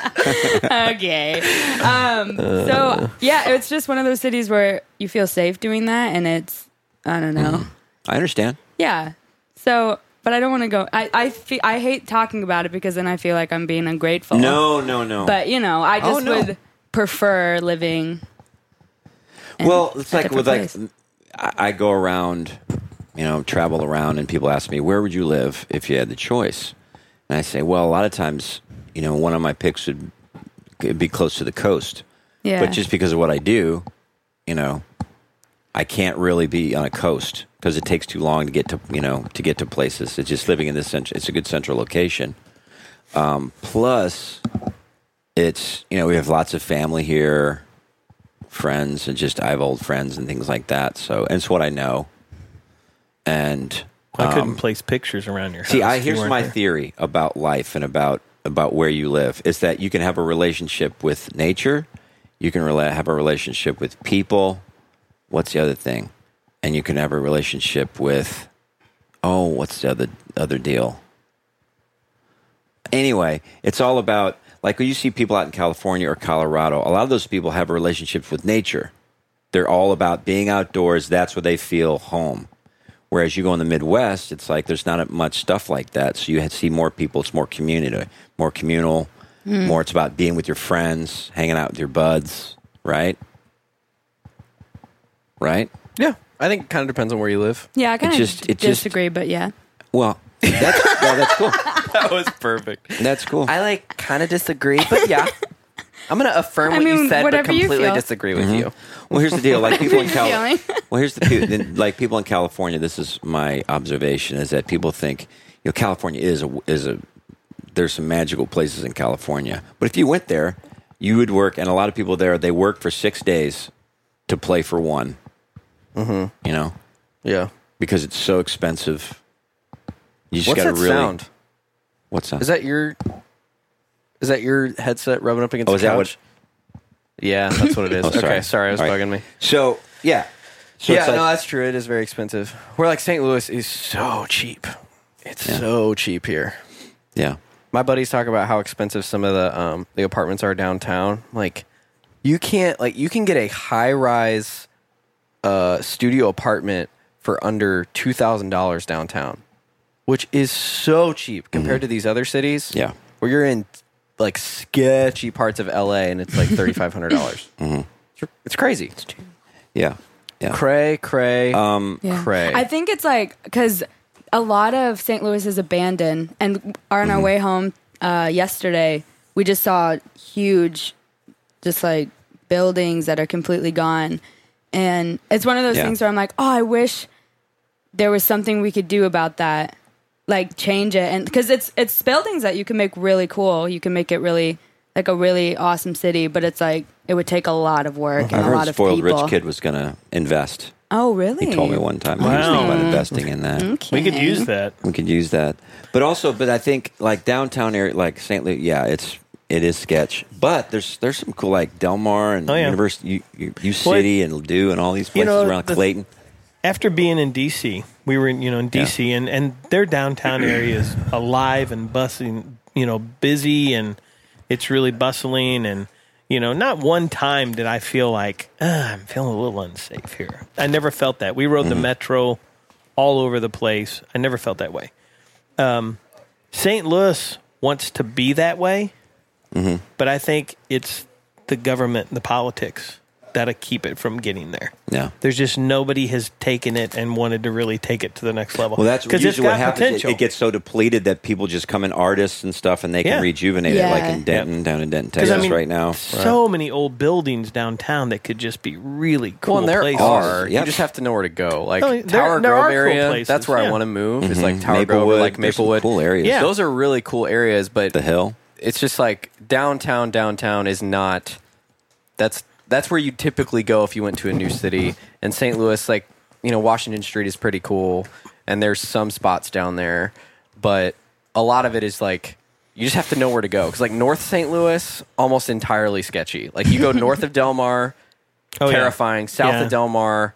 okay. Um, Uh. so yeah, it's just one of those cities where you feel safe doing that, and it's I don't know. Hmm. I understand. Yeah. So, but I don't want to go. I I fe- I hate talking about it because then I feel like I'm being ungrateful. No, no, no. But you know, I Oh, just no. would prefer living. in well, it's a like with different like place. I, I go around, you know, travel around, and people ask me where would you live if you had the choice, and I say, well, a lot of times, you know, one of my picks would it'd be close to the coast, yeah. but just because of what I do, you know, I can't really be on a coast because it takes too long to get to you know to get to places. It's just living in this central. It's a good central location. Um, plus, it's you know we have lots of family here, friends, and just I have old friends and things like that. So and it's what I know. And I couldn't um, place pictures around your house. See, I if you here's weren't my there. theory about life and about about where you live is that you can have a relationship with nature, you can rela- have a relationship with people. What's the other thing? And you can have a relationship with oh, what's the other other deal? Anyway, it's all about like when you see people out in California or Colorado, a lot of those people have relationships with nature. They're all about being outdoors. That's where they feel home. Whereas you go in the Midwest, it's like there's not much stuff like that. So you had- see more people. It's more community, more communal, Hmm. Mm. more. It's about being with your friends, hanging out with your buds, right? Right. Yeah, I think it kind of depends on where you live. Yeah, I kind just- of it just- disagree, but yeah. Well, that's well, that's cool. that was perfect. That's cool. I like kind of disagree, but yeah. I'm going to affirm I what mean, you said, but whatever you completely feel. disagree with Mhm. you. Well, here's the deal. Like people in Cal- Feeling. Well, here's the pe- then, like people in California. This is my observation: is that people think you know California is a, is a there's some magical places in California, but if you went there, you would work, and a lot of people there they work for six days to play for one. Mm-hmm. You know, yeah, because it's so expensive. You just What's got to that really. sound? What's sound? Is that your is that your headset rubbing up against Oh, the is that what- couch? Yeah, that's what it is. Oh, Okay, sorry, it was All right. bugging me. So yeah, so yeah, it's like- no, that's true. It is very expensive. We're like St. Louis is so cheap. It's so cheap here. Yeah. My buddies talk about how expensive some of the um, the apartments are downtown. Like you can't like you can get a high rise uh, studio apartment for under two thousand dollars downtown, which is so cheap compared to these other cities. Mm-hmm. Yeah. where you're in like sketchy parts of LA and it's like thirty five hundred dollars. Mhm. It's crazy. It's Yeah. Yeah. Cray, cray, um, Yeah. I think it's like because a lot of St. Louis is abandoned, and on Mm-hmm. our way home uh, yesterday, we just saw huge, just like buildings that are completely gone, and it's one of those Yeah. things where I'm like, oh, I wish there was something we could do about that, like change it, and because it's it's buildings that you can make really cool, you can make it really like a really awesome city, but it's like it would take a lot of work and Mm-hmm. I a lot heard of spoiled people. rich kid was going to invest. Oh, really? He told me one time he was Wow. thinking about investing in that. We could use that. We could use that, but also, but I think like downtown area, like St. Louis, yeah, it's it is sketch. But there's there's some cool like Del Mar and Oh, yeah. University, U, U, U Well, City and Ladue and all these You places know, around the- Clayton. After being in D.C., we were in, you know in D.C. and and their downtown area is alive and bustling, you know, busy and it's really bustling and you know not one time did I feel like ah, I'm feeling a little unsafe here. I never felt that. We rode the metro all over the place. I never felt that way. Um, St. Louis wants to be that way, Mm-hmm. but I think it's the government, and the politics that'll keep it from getting there. Yeah. There's just nobody has taken it and wanted to really take it to the next level. Well, that's because it's usually what got happens. It, potential. it gets so depleted that people just come in artists and stuff, and they Yeah. can rejuvenate it, like Yeah. in Denton, down in Denton, 'Cause, I Texas, mean, right now. so many old buildings downtown that could just be really cool. Well, and there places. are. You just have to know where to go. Like Oh, there- Tower there are Grove cool area, places, that's where yeah. I want to move. It's like Mhm. Tower Grove, Maplewood, or like there's some Maplewood. cool areas. Yeah. Those are really cool areas, but the hill. It's just like downtown. Downtown is not. That's that's where you typically go if you went to a new city. And St. Louis, like you know, Washington Street is pretty cool, and there's some spots down there, but a lot of it is like. You just have to know where to go because, like, North St. Louis, almost entirely sketchy. Like, you go north of Del Mar, Oh, yeah. terrifying. South Yeah. of Del Mar,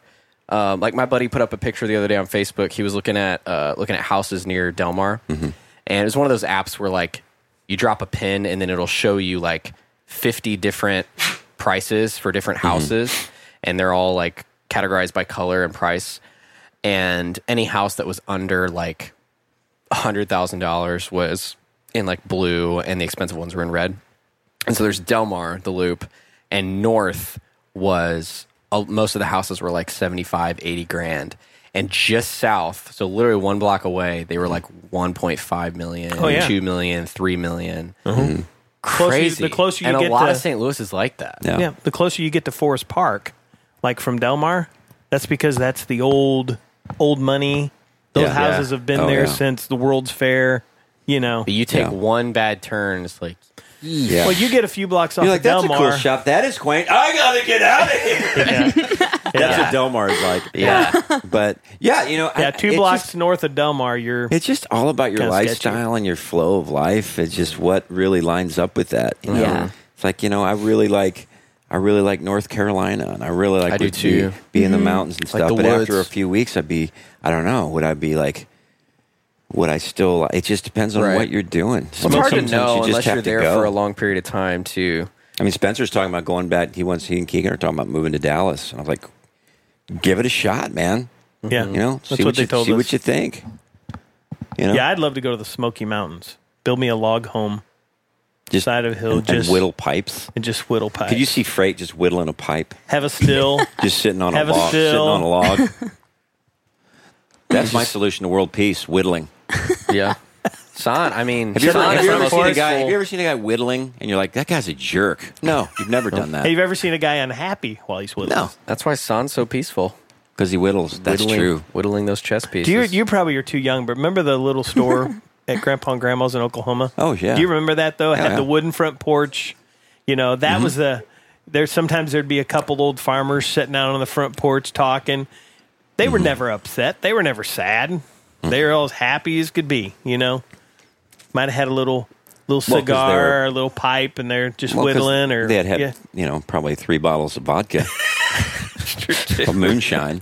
um, like my buddy put up a picture the other day on Facebook. He was looking at uh, looking at houses near Del Mar, and it was one of those apps where like you drop a pin and then it'll show you like fifty different prices for different houses, and they're all like categorized by color and price. And any house that was under like hundred thousand dollars was in like blue, and the expensive ones were in red. And so there's Delmar, the loop, and North was uh, most of the houses were like 75, 80 grand. And just south, so literally one block away, they were like 1.5 million, Oh, yeah. 2 million, 3 million. Mhm. Closer you- Crazy. the closer you and get a lot to- of St. Louis is like that. Yeah. the closer you get to Forest Park, like from Del Mar, that's because that's the old old money. Those Yeah. houses Yeah. have been Oh, there yeah. since the World's Fair. You know, But you take Yeah. one bad turn, it's like Yeah. Well, you get a few blocks off You're of like, that's a cool Delmar. shop. That is quaint. I gotta get out of here. That's what Delmar is like. Yeah. but yeah, you know, I- yeah, two it's blocks just- north of Delmar, you're it's just all about your Kinda sketchy. lifestyle and your flow of life. It's just what really lines up with that. You know? Yeah. It's like you know, I really like. I really like North Carolina, and I really like I do would be- too. Be, in the Mhm. Mm-hmm. mountains and Like stuff. the but after a woods. few weeks, I'd be. I don't know. Would I be like? Would I still? like- It just depends on Right. what you're doing. Well, it's hard to Sometimes you know just unless have you're to there go. for a long period of time too. I mean, Spencer's talking about going back. He wants he and Keegan are talking about moving to Dallas, and I was like, give it a shot, man. Yeah. you know, That's see what what, they you, told see us. what you think. You know, Yeah, I'd love to go to the Smoky Mountains. Build me a log home. Just side of a hill, and, and just whittle pipes. and just whittle pipes. Could you see Freight just whittling a pipe, have a still. just sitting on Have a a log, sitting still. on a log? That's my solution to world peace: whittling. Yeah, San. I mean, Have you, ever, San have is you the ever most seen a guy? peaceful- Have you ever seen a guy whittling, and you're like, that guy's a jerk? No, you've never done that. Have you ever seen a guy unhappy while he's whittling? No, that's why San's so peaceful because he whittles. That's whittling, true. Whittling those chess pieces. Do you, you probably are too young, but remember the little store at Grandpa and Grandma's in Oklahoma? Oh, yeah. Do you remember that though? It Yeah, had yeah. Mm-hmm. the wooden front porch. You know, that was the there sometimes there'd be a couple old farmers sitting out on the front porch talking. They Mm-hmm. were never upset. They were never sad. They were all as happy as could be, you know. Might have had a little little Well, 'cause cigar they're- or a little pipe and they're just Well, 'cause whittling or they had had yeah. you know probably three bottles of vodka, Or moonshine,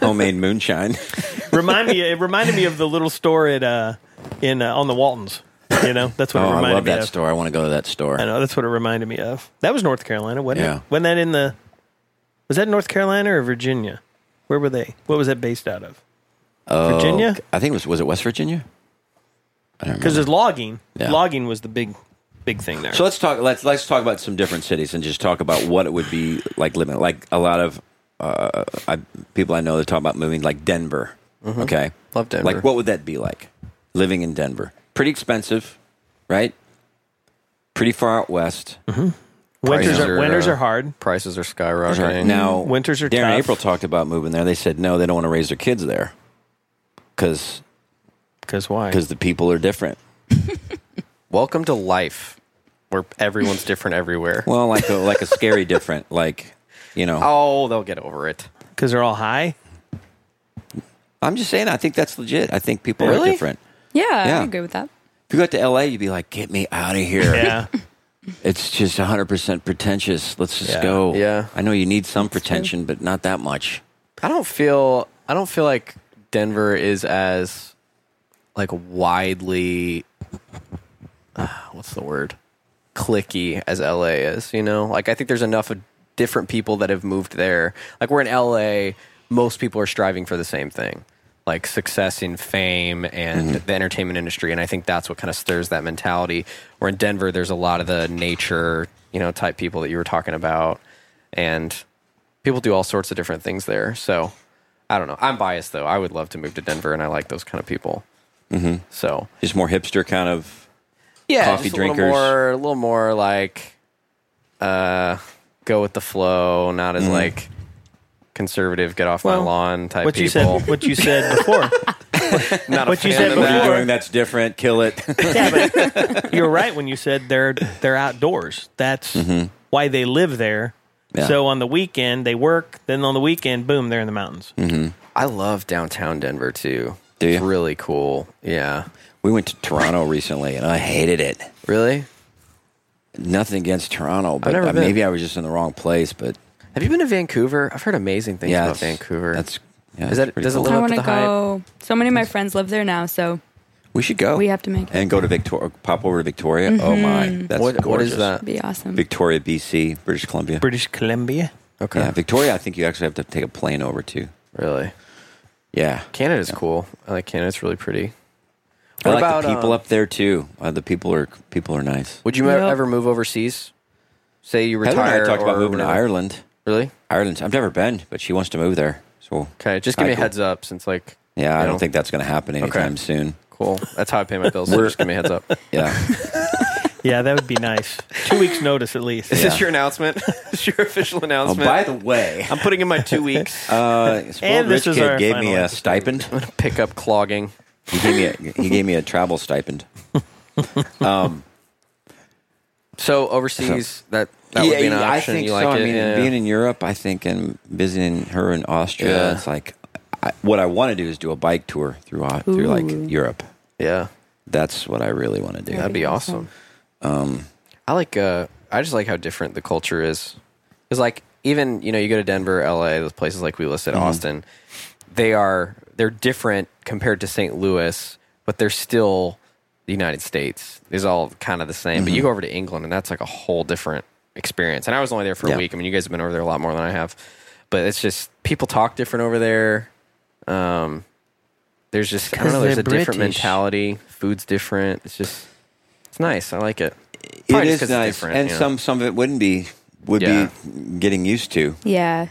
homemade moonshine. remind me it reminded me of the little store at uh in uh, on the Waltons. You know, that's what oh, it reminded I love me that of. store. I want to go to that store. I know that's what it reminded me of. That was North Carolina, wasn't Yeah. it? Wasn't that in the? Was that North Carolina or Virginia? Where were they? What was that based out of? Oh, Virginia? I think it was was it West Virginia? Because there's logging. Yeah. Logging was the big, big thing there. So let's talk. Let's let's talk about some different cities and just talk about what it would be like living. Like a lot of uh, I, people I know that talk about moving, like Denver. Mm-hmm. Mhm. Okay, Love Denver. Like what would that be like living in Denver? Pretty expensive, right? Pretty far out west. Mm-hmm. winters Prices are, winters uh, are hard. Mm-hmm. Prices are Right. skyrocketing Now, Winters are Darren and tough. April talked about moving there. They said no, they don't want to raise their kids there because Because why? because the people are different. Welcome to life, where everyone's different everywhere. Well, like a, like a scary different, like you know. Oh, they'll get over it. Because they're all high. I'm just saying, I think that's legit. I think people Really? are different. Yeah, Yeah. I agree with that. If you got to LA, you'd be like, "Get me out of here!" Yeah. it's just 100 percent pretentious. Let's just Yeah. go. Yeah. I know you need some pretension, but not that much. I don't feel I don't feel like Denver is as like widely uh, what's the word clicky as LA is, you know? Like I think there's enough of different people that have moved there. Like we're in LA, most people are striving for the same thing. Like success and fame and the entertainment industry and I think that's what kind of stirs that mentality. Where in Denver there's a lot of the nature, you know, type people that you were talking about and people do all sorts of different things there. So I don't know. I'm biased though. I would love to move to Denver, and I like those kind of people. Mm-hmm. So Just more hipster kind of. yeah, Coffee just drinkers. a little more, a little more like uh, go with the flow, not as Mhm. like conservative, get off Well, my lawn type what you people. said. What you said before. not what a you fan said of that. What before. you're doing that's different. Kill it. You're right when you said they're they're outdoors. That's why they live there. Yeah. So on the weekend they work. Then on the weekend, boom, they're in the mountains. mm-hmm. I love downtown Denver too. Do you? It's really cool. Yeah, We went to Toronto recently, and I hated it. really. Nothing against Toronto, but never uh, been. maybe I was just in the wrong place. But Have you been to Vancouver? I've heard amazing things yeah, about it's- Vancouver. That's yeah, Is it's that pretty does it cool. live I up want to to the hype? go. So many of my friends live there now, so We should go. we have to make it. and go to Victoria. Pop over to Victoria. Oh my, that's What- what is gorgeous. that? It'd be awesome. Victoria, BC, British Columbia. British Columbia. Okay, Yeah, Victoria. I think you actually have to take a plane over to. really. Yeah, Canada's cool. I like Canada. It's really pretty. I What like about, the people um, up there too. Uh, the people are people are nice. Would you Yep. ever move overseas? Say you retire. Heather and I talked about or moving to whatever. Ireland. Really? Ireland. I've never been, but she wants to move there. So Okay. Just give me a Alright, heads up, since like yeah, I you don't know, think that's going to happen anytime soon. cool. That's how I pay my bills. so just give me a heads up. Yeah, Yeah, that would be nice. Two weeks notice at least. Is Yeah. this your announcement? Is this your official Oh, announcement? by the way, I'm putting in my two weeks. uh, this And Spoiled Rich this is Kid our gave me final a episode. stipend. Pick up clogging. He gave me a, he gave me a travel stipend. Um, So overseas, that that would be an option. I think you so. like I it? mean, Yeah. being in Europe, I think, and visiting her in Austria, Yeah. it's like I, what I want to do is do a bike tour through Au- through Ooh. like Europe. Yeah, that's what I really want to do. That'd be awesome. Um, I like. Uh, I just like how different the culture is. Because like even you know you go to Denver, L.A., those places like we listed, Mm-hmm. Austin, they are they're different compared to St. Louis, but they're still the United States. Is all kind of the same. Mm-hmm. But you go over to England, and that's like a whole different experience. And I was only there for a Yeah. week. I mean, you guys have been over there a lot more than I have, but it's just people talk different over there. Um, there's just I don't 'Cause know. There's they're a different British. mentality. Food's different. It's just it's nice. I like it. it Probably just is 'cause it's nice, different, and you know. some some of it wouldn't be would Yeah. be getting used to. Yeah.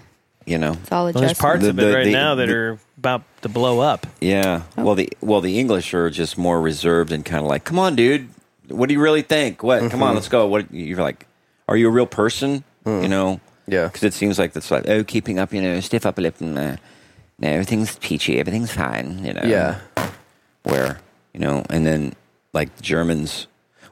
You know, It's all Well, there's parts The- of the- it right the- now that the- are about to blow up. Yeah. Oh. Well, the well the English are just more reserved and kind of like, come on, dude, what do you really think? What? Come Mm-hmm. on, let's go. What? You're like, are you a real person? You know? Mm. Yeah. Because it seems like that's like, oh, keeping up, you know, stiff upper lip, and uh, no, everything's peachy, everything's fine. You know? Yeah. Where you know, and then like Germans.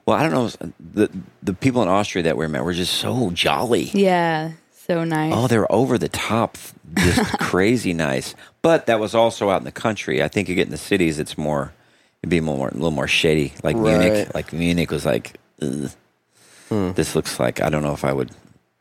Well, I don't know. The the people in Austria that we met were just so jolly. Yeah. So nice. Oh, they're over the top, just crazy nice. But that was also out in the country. I think you get in the cities, it's more, it'd be more, a little more shady. Like Munich, Right. Hmm. like Munich was like, "Ugh, this looks like I don't know if I would.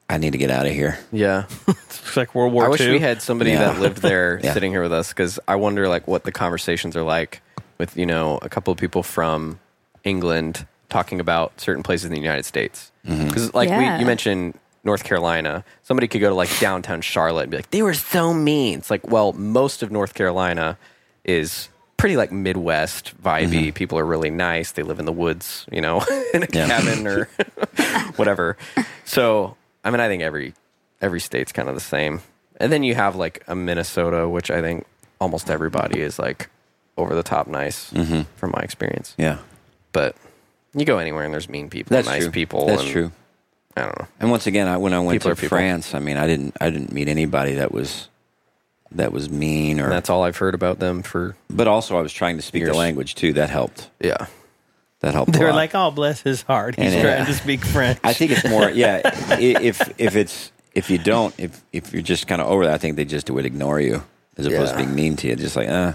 I need to get out of here. Yeah. It's like World War I wish II. we had somebody Yeah. that lived there Yeah. sitting here with us because I wonder like what the conversations are like with you know a couple of people from England talking about certain places in the United States Mm-hmm. because like Yeah. we, you mentioned North Carolina, somebody could go to like downtown Charlotte and be like they were so mean. It's like well most of North Carolina is pretty like Midwest vibey. Mm-hmm. People are really nice. They live in the woods, you know, in a cabin or whatever. So, I mean, I think every every state's kind of the same. And then you have like a Minnesota, which I think almost everybody is like over the top nice from my experience. Mm-hmm. Yeah. But you go anywhere and there's mean people, That's nice true. people. That's and true. I don't know. And once again, I, when I went People are to people. France, I mean, I didn't, I didn't meet anybody that was, that was mean or. And that's all I've heard about them for. But also, I was trying to speak the language too. That helped. Yeah. That helped. a They're lot. like, oh, bless his heart. He's And it- trying to speak French. I think it's more, yeah. i- if if it's if you don't, if if you're just kind of over that, I think they just would ignore you as opposed to Yeah. being mean to you. Just like, uh.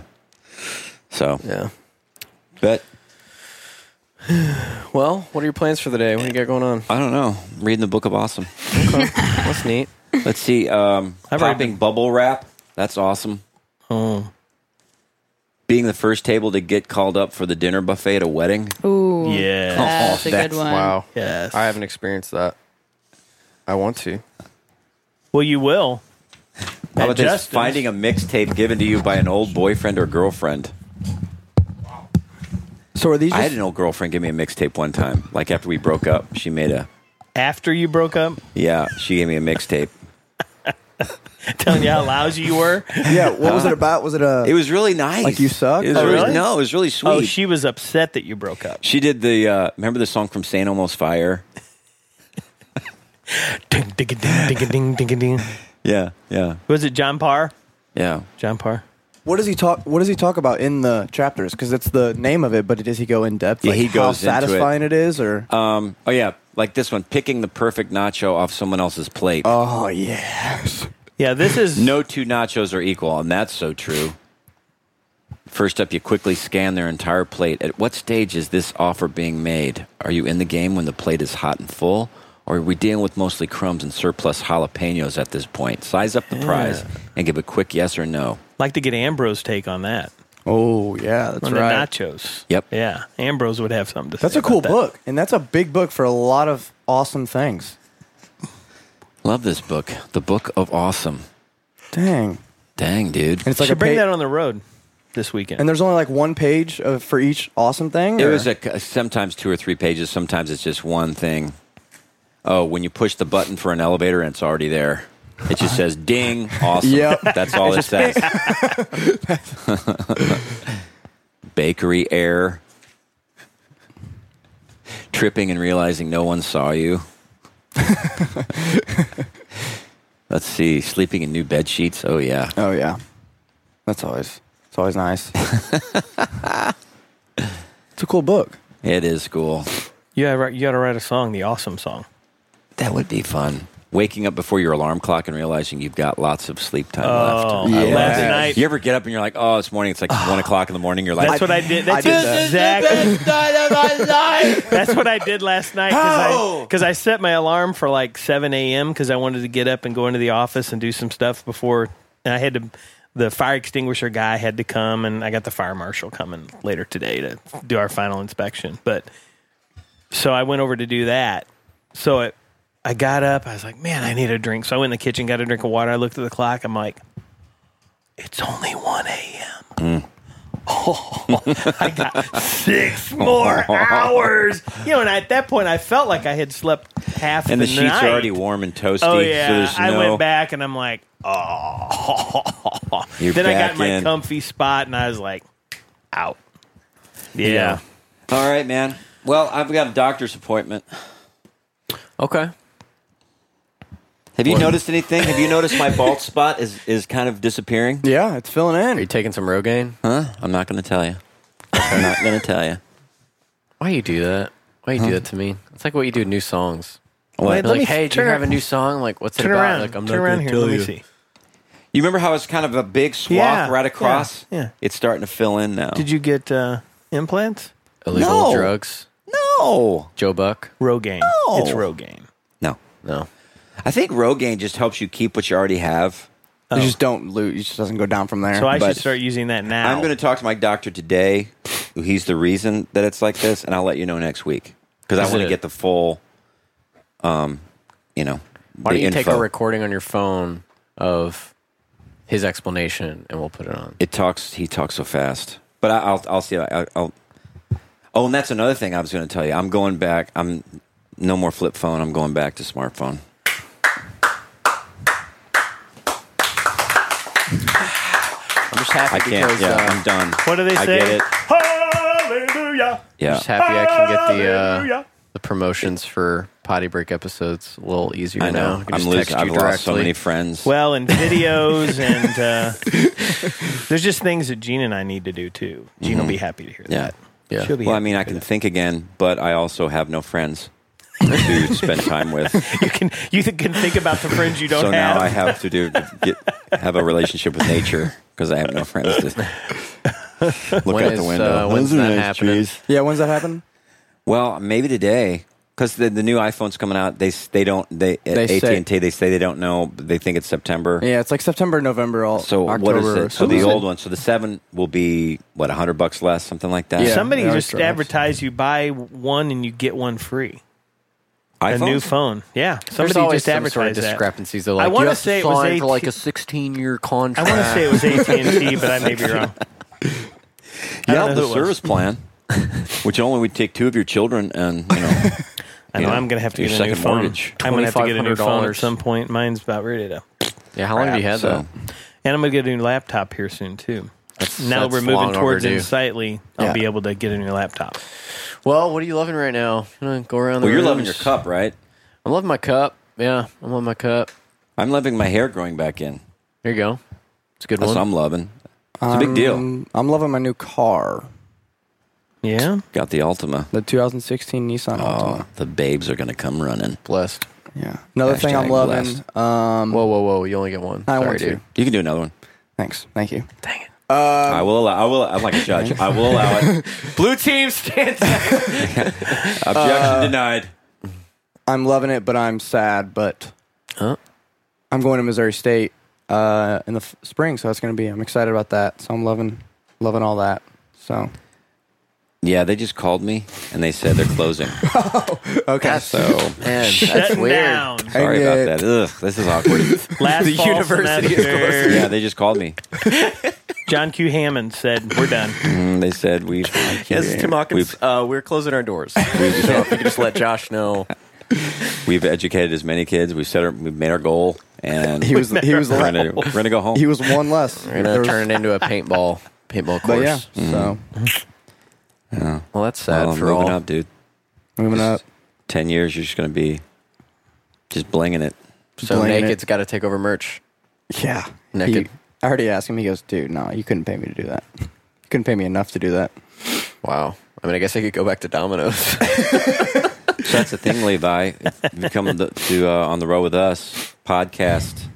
So yeah, but Well, what are your plans for the day? What do you got going on? I don't know. reading the book of awesome. That's neat. Let's see. Um, I've already popping bubble wrap. That's awesome. Oh. Being the first table to get called up for the dinner buffet at a wedding. Ooh. Yeah. That's Oh, a that's- good one. Wow. Yes. I haven't experienced that. I want to. Well, you will. How about At this? Justin's. Finding a mixtape given to you by an old boyfriend or girlfriend. So are these? I had an old girlfriend give me a mixtape one time. Like after we broke up, she made a After you broke up, yeah. She gave me a mixtape. telling you how lousy you were. Yeah. What was it about? Was it a? It was really nice. Like you suck. It was really- no, it was really sweet. Oh, she was upset that you broke up. She did the uh, remember the song from Saint Almost Fire. Ding, ding, ding, ding, ding, ding, ding. Yeah, yeah, Was it John Parr? yeah. John Parr. What does he talk? What does he talk about in the chapters? Because it's the name of it, but does he go in depth? Yeah, like he how goes into it. satisfying it is, or Um, oh yeah, like this one, picking the perfect nacho off someone else's plate. Oh yes. Yeah, this is no two nachos are equal, and that's so true. First up, you quickly scan their entire plate. At what stage is this offer being made? Are you in the game when the plate is hot and full, or are we dealing with mostly crumbs and surplus jalapenos at this point? Size up the prize Yeah. and give a quick yes or no. Like to get Ambrose's take on that. Oh yeah, that's on right. the nachos. Yep. Yeah, Ambrose would have something to That's say. a cool about that. book, and that's a big book for a lot of awesome things. Love this book, The Book of Awesome. Dang. Dang, dude. And it's like Should a bring pa- that on the road this weekend. And there's only like one page of, for each awesome thing. It or- was a, sometimes two or three pages. Sometimes it's just one thing. Oh, when you push the button for an elevator and it's already there. It just says ding, awesome. Yep. That's all it It's just says. Bakery air. Tripping and realizing no one saw you. Let's see. Sleeping in new bed sheets. Oh yeah. Oh yeah. That's always it's always nice. it's a cool book. It is cool. You gotta, write- you gotta write a song, the awesome song. That would be fun. Waking up before your alarm clock and realizing you've got lots of sleep time Oh, left. I yeah. love Last that. night- You ever get up and you're like, oh, it's morning. It's like one o'clock in the morning. You're like, That's what I did. That's exactly. That's what I did last night How? because I, set my alarm for like 7 a.m. because I wanted to get up and go into the office and do some stuff before. And I had to, the fire extinguisher guy had to come, and I got the fire marshal coming later today to do our final inspection. But so I went over to do that. So it, I got up. I was like, man, I need a drink. So I went in the kitchen, got a drink of water. I looked at the clock. I'm like, it's only 1 a.m. Oh, I got six more hours. You know, and at that point, I felt like I had slept half And the, the, sheets night. are already warm and toasty. Oh So yeah, there's I no, went back and I'm like, oh. You're then I back got in my in. comfy spot and I was like, out. Yeah. All right, man. Well, I've got a doctor's appointment. Okay. Have you noticed anything? Have you noticed my bald spot is, is kind of disappearing? Yeah, it's filling in. Are you taking some Rogaine? Huh? I'm not going to tell you. I'm not going to tell you. Why you do that? Why you do that to me? It's like what you do to new songs. What? You're Wait, let like, me hey, do you turn have a ar- new song? Like, what's it turn about? around. Like, I'm Turn not around gonna here. tell Let me you. see. You remember how it's kind of a big swath Yeah, right yeah, across? yeah. It's starting to fill in now. Did you get uh, implants? Illegal Oh. No. drugs? No. Joe Buck? Rogaine. No. It's Rogaine. No. No. I think Rogaine just helps you keep what you already have. You just don't lose. It just doesn't go down from there. Oh. So I But should start using that now. I'm going to talk to my doctor today. He's the reason that it's like this, and I'll let you know next week because I Is want to it- get the full, um, you know, Why the don't you info. take a recording on your phone of his explanation and we'll put it on? It talks. He talks so fast. But I, I'll. I'll see. I, I'll. Oh, and that's another thing I was going to tell you. I'm going back. I'm no more flip phone. I'm going back to smartphone. I'm just happy I can't. because, yeah, uh, I'm done. What do they I say? get it. Hallelujah. Yeah. I'm just happy I can get the uh, Hallelujah. the promotions for potty break episodes a little easier I know. now. can I'm just losing- text you I've lost so directly. many friends. Well, and videos and uh, there's just things that Gene and I need to do too. Gene will be happy to hear Mm-hmm. Yeah. that. She'll be well, I happy mean, to I hear can think again, but I also have no friends to spend time with. you can you th- can think about the friends you don't so have. now I have to do to get, have a relationship with nature because I have no friends to look When out is, the uh, window. when's Those are that nice happening? Yeah, when's that happen? Well, maybe today because the, the new iPhone's coming out. They s- they don't they, They at say- AT&T they say they don't know. but They think it's September. Yeah, it's like September, November, all So October. what is or it? So the something. old one, so the seven will be what hundred bucks less, something like that. Somebody just advertised you buy one and you get one free. A new iPhones? phone. Yeah. Somebody There's always just some advertised sort of that. discrepancies. They're like, I want you to have say it was sign AT- for like a 16 year contract. I want to say it Uh, was AT&T, but I may be wrong. I Yeah, don't know who the it was. service plan, which only would take two of your children, and you know, I know, I'm going to have to your get a new second phone. mortgage. I'm going to have to get a new phone at $2,500. some point. Mine's about ready to. Yeah, how long have you crap, had that? And I'm going to get a new laptop here soon too. now that's we're moving long towards overdue. Insightly. I'll Yeah. be able to get a new laptop. Well, what are you loving right now? You wanna Go around. The Well, you're rooms? loving your cup, right? I'm loving my cup. Yeah, I'm loving my cup. I'm loving my hair growing back in. There you go. It's a good That's one. what I'm loving. It's a big deal. I'm- I'm loving my new car, Yeah, Got the Ultima. the 2016 Nissan Altima. The babes are going to come running. Blessed. Yeah. Another thing I'm Hashtag loving. blessed. Um, whoa, whoa, whoa! You only get one. I Sorry, want to. dude. You can do another one. Thanks. Thank you. Dang it. I will allow. I will. I'm like a judge. I will allow it. Blue team stands. Uh, Objection Uh, denied. Uh, I'm loving it, but I'm sad. But I'm going to Missouri State uh, in the f- spring, so that's going to be. I'm excited about that. So I'm loving, loving all that. So Yeah, they just called me and they said they're closing. Oh, okay, so Man, that's Shutting weird. down. sorry Dang it. about that. Ugh, this is awkward. Last fall semester, Yeah, they just called me. John Q. Hammond said, "We're done." Mm, they said we. Yes, Tim Hawkins. Uh, we're closing our doors. so if you could just let Josh know. We've educated as many kids. We've set our, we've made our goal, and He was- he was we're gonna, we're gonna go home. he was one less. We're gonna turn it into a paintball paintball course. but yeah. So Yeah. Well, that's sad Well, for moving all. up, dude. moving up. Ten years, you're just gonna be just blinging it. So Blame it. naked's got to take over merch. Yeah. Naked. He- I already asked him. He goes, dude, no, you couldn't pay me to do that. You couldn't pay me enough to do that. Wow. I mean, I guess I could go back to Domino's. So that's the thing, Levi. If you come to, to uh, on the road with us podcast,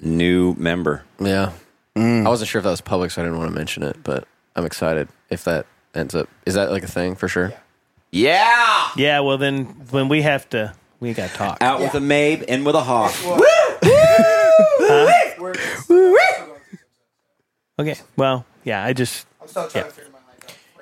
new member. Yeah. I wasn't sure if that was public, so I didn't want to mention it, but I'm excited if that ends up. Is that like a thing for sure? Yeah. Yeah. Well, then when we have to, we got to talk. Out with a Mabe, in with a Hawk. Okay. Well, yeah. I just. yeah.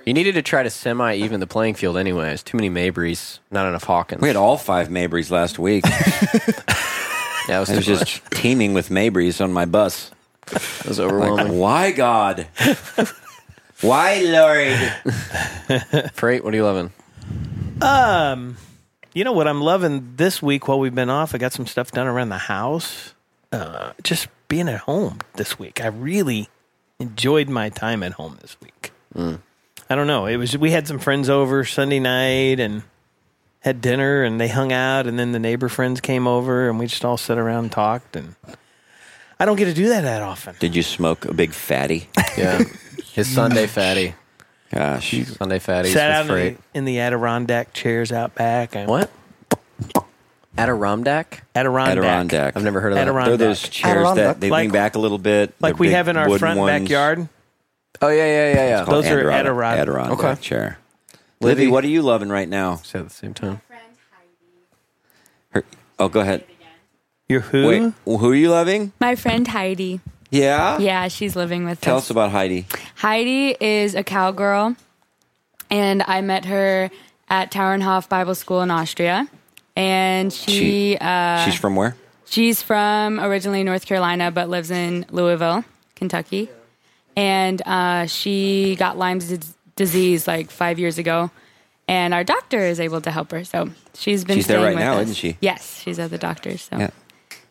You needed to try to semi even the playing field, anyways. Too many Mabrys, not enough Hawkins. We had all five Mabrys last week. yeah, it was, I too was just much. teaming with Mabrys on my bus. It was overwhelming. Why God? Why Lord? Freight, what are you loving? Um, you know what I'm loving this week while we've been off? I got some stuff done around the house. Uh, just being at home this week. I really enjoyed my time at home this week. I don't know. It was we had some friends over Sunday night and had dinner and they hung out and then the neighbor friends came over and we just all sat around and talked and I don't get to do that that often. Did you smoke a big fatty? Yeah. His Sunday fatty. Gosh. Sunday fatties Sat with out Freight. in the, in the Adirondack chairs out back. And What? Adirondack? Adirondack. Adirondack. I've never heard of that. Adirondack. They're those chairs that they Like- lean back a little bit. Like They're we big have in our wooden front ones. backyard. Oh, yeah, yeah, yeah, yeah. It's called Those are Adirondack- Adirondack. Adirondack Okay. chair. Libby, Libby. what are you loving right now? Say it at the same time. Her- oh, go ahead. Your who? Wait, who are you loving? My friend Heidi. Yeah. Yeah, she's living with Tell us. us about Heidi. Heidi is a cowgirl, and I met her at Tauernhof Bible School in Austria. And she, She- uh, She's from where? she's from originally North Carolina, but lives in Louisville, Kentucky. And uh, she got Lyme's dis- disease like five years ago, and our doctor is able to help her. So she's been She's there staying right with now, us. isn't she? Yes, she's at the doctor's. So. Yeah.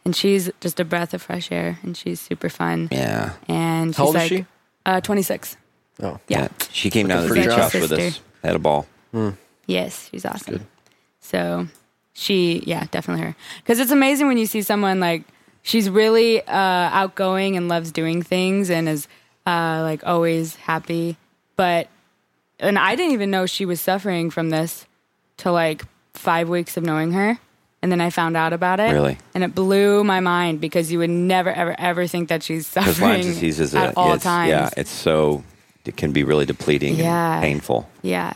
And she's just a breath of fresh air, and she's super fun. Yeah. And she's How old is like, she? Uh, 26. Oh. Yeah. She came down to the Looking beach for house your with us. sister. Had a ball. Hmm. Yes, she's awesome. So she, yeah, definitely her. Because it's amazing when you see someone like she's really uh, outgoing and loves doing things and is uh, like always happy. But and I didn't even know she was suffering from this till like five weeks of knowing her. And then I found out about it. Really? And it blew my mind because you would never, ever, ever think that she's Because suffering Lyme disease is a, at all it's, times. yeah, it's so it can be really depleting Yeah. and painful yeah.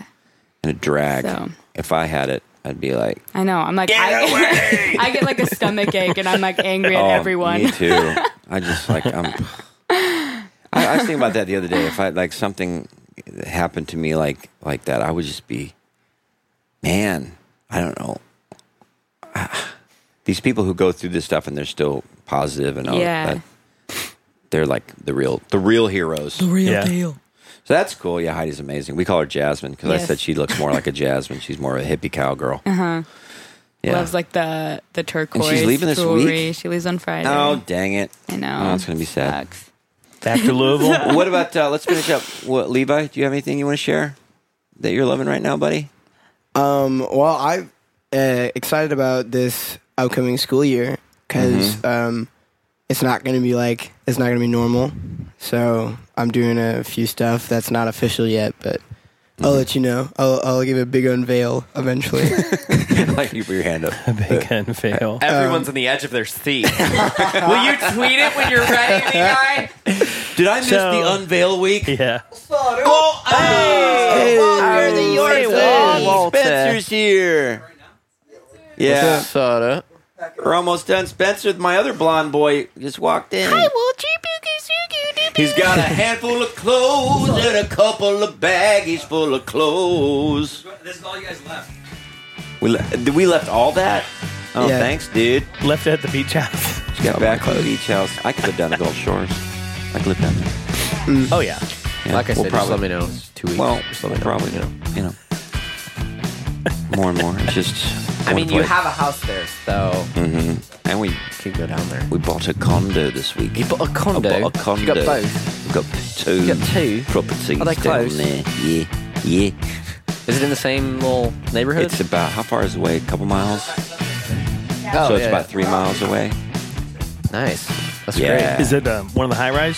and a drag. So. If I had it, I'd be like, I know. I'm like, I, I get like a stomach ache and I'm like angry at oh, everyone. me too. I just like I'm. I, I was thinking about that the other day. If I like something happened to me like like that, I would just be, man, I don't know. These people who go through this stuff and they're still positive and all Yeah. that, they're like the real the real heroes. real deal. So that's cool. Yeah, Heidi's amazing. We call her Jasmine because I Yes. said she looks more like a Jasmine. She's more of a hippie cowgirl. Uh huh. Yeah. Loves like the the turquoise. leaving this jewelry. week? She leaves on Friday. oh, dang it. I know. Oh, it's going to be sad. Sucks. Back to Louisville. what about, uh, let's finish up. What, Levi, do you have anything you want to share that you're loving right now, buddy? Um, well, I'm uh, excited about this upcoming school year because Mm-hmm. um, it's not going to be like it's not going to be normal. So I'm doing a few stuff that's not official yet, but I'll Mm-hmm. let you know. I'll, I'll give a big unveil eventually. like you put your hand up. Big unveil. Everyone's on the edge of their seat. Will you tweet it when you're ready, Levi? Did I miss So- the unveil week? Yeah. Hey, Walter. Walter. Spencer's here. Yeah, Soda. we're almost done. Spencer, my other blonde boy, just walked in. He's got a handful of clothes and a couple of baggies full of clothes. This is all you guys left. We le- did we left all that? Oh, Yeah. thanks, dude. Left at the beach house. Just got back to the beach house. I could live down the Gulf Shores. I could live down there. Oh yeah. Yeah, Like I we'll said, just probably- let me know. It's two weeks. Well, just let we'll me know. probably you know. you know, more and more. It's just. I one mean, you place. have a house there, so hmm And we you can go down there. we bought a condo this week. You bought a condo? I bought a condo. You got both? We got two. You got two? properties Are they down close? there. Yeah, yeah. Is it in the same little neighborhood? It's about how far is it away? A couple miles. oh, so it's yeah, about three miles away. yeah. nice. That's Yeah. great. Is it um, one of the high rise?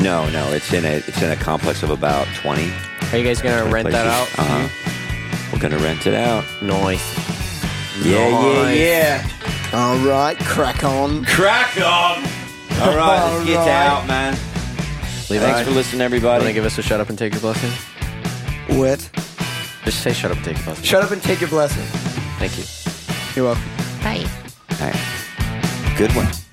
No, no, it's in a it's in a complex of about twenty. Are you guys gonna rent that out? Uh huh. We're gonna rent it out. Nice. Yeah, Nice. yeah, yeah. All right, crack on. Crack on. All right, let's get All right. out, man. Lee, Thanks for listening, everybody. Want to give us a shut up and take your blessing? What? Just say shut up and take your blessing. Shut up and take your blessing. Thank you. You're welcome. All right. Good one.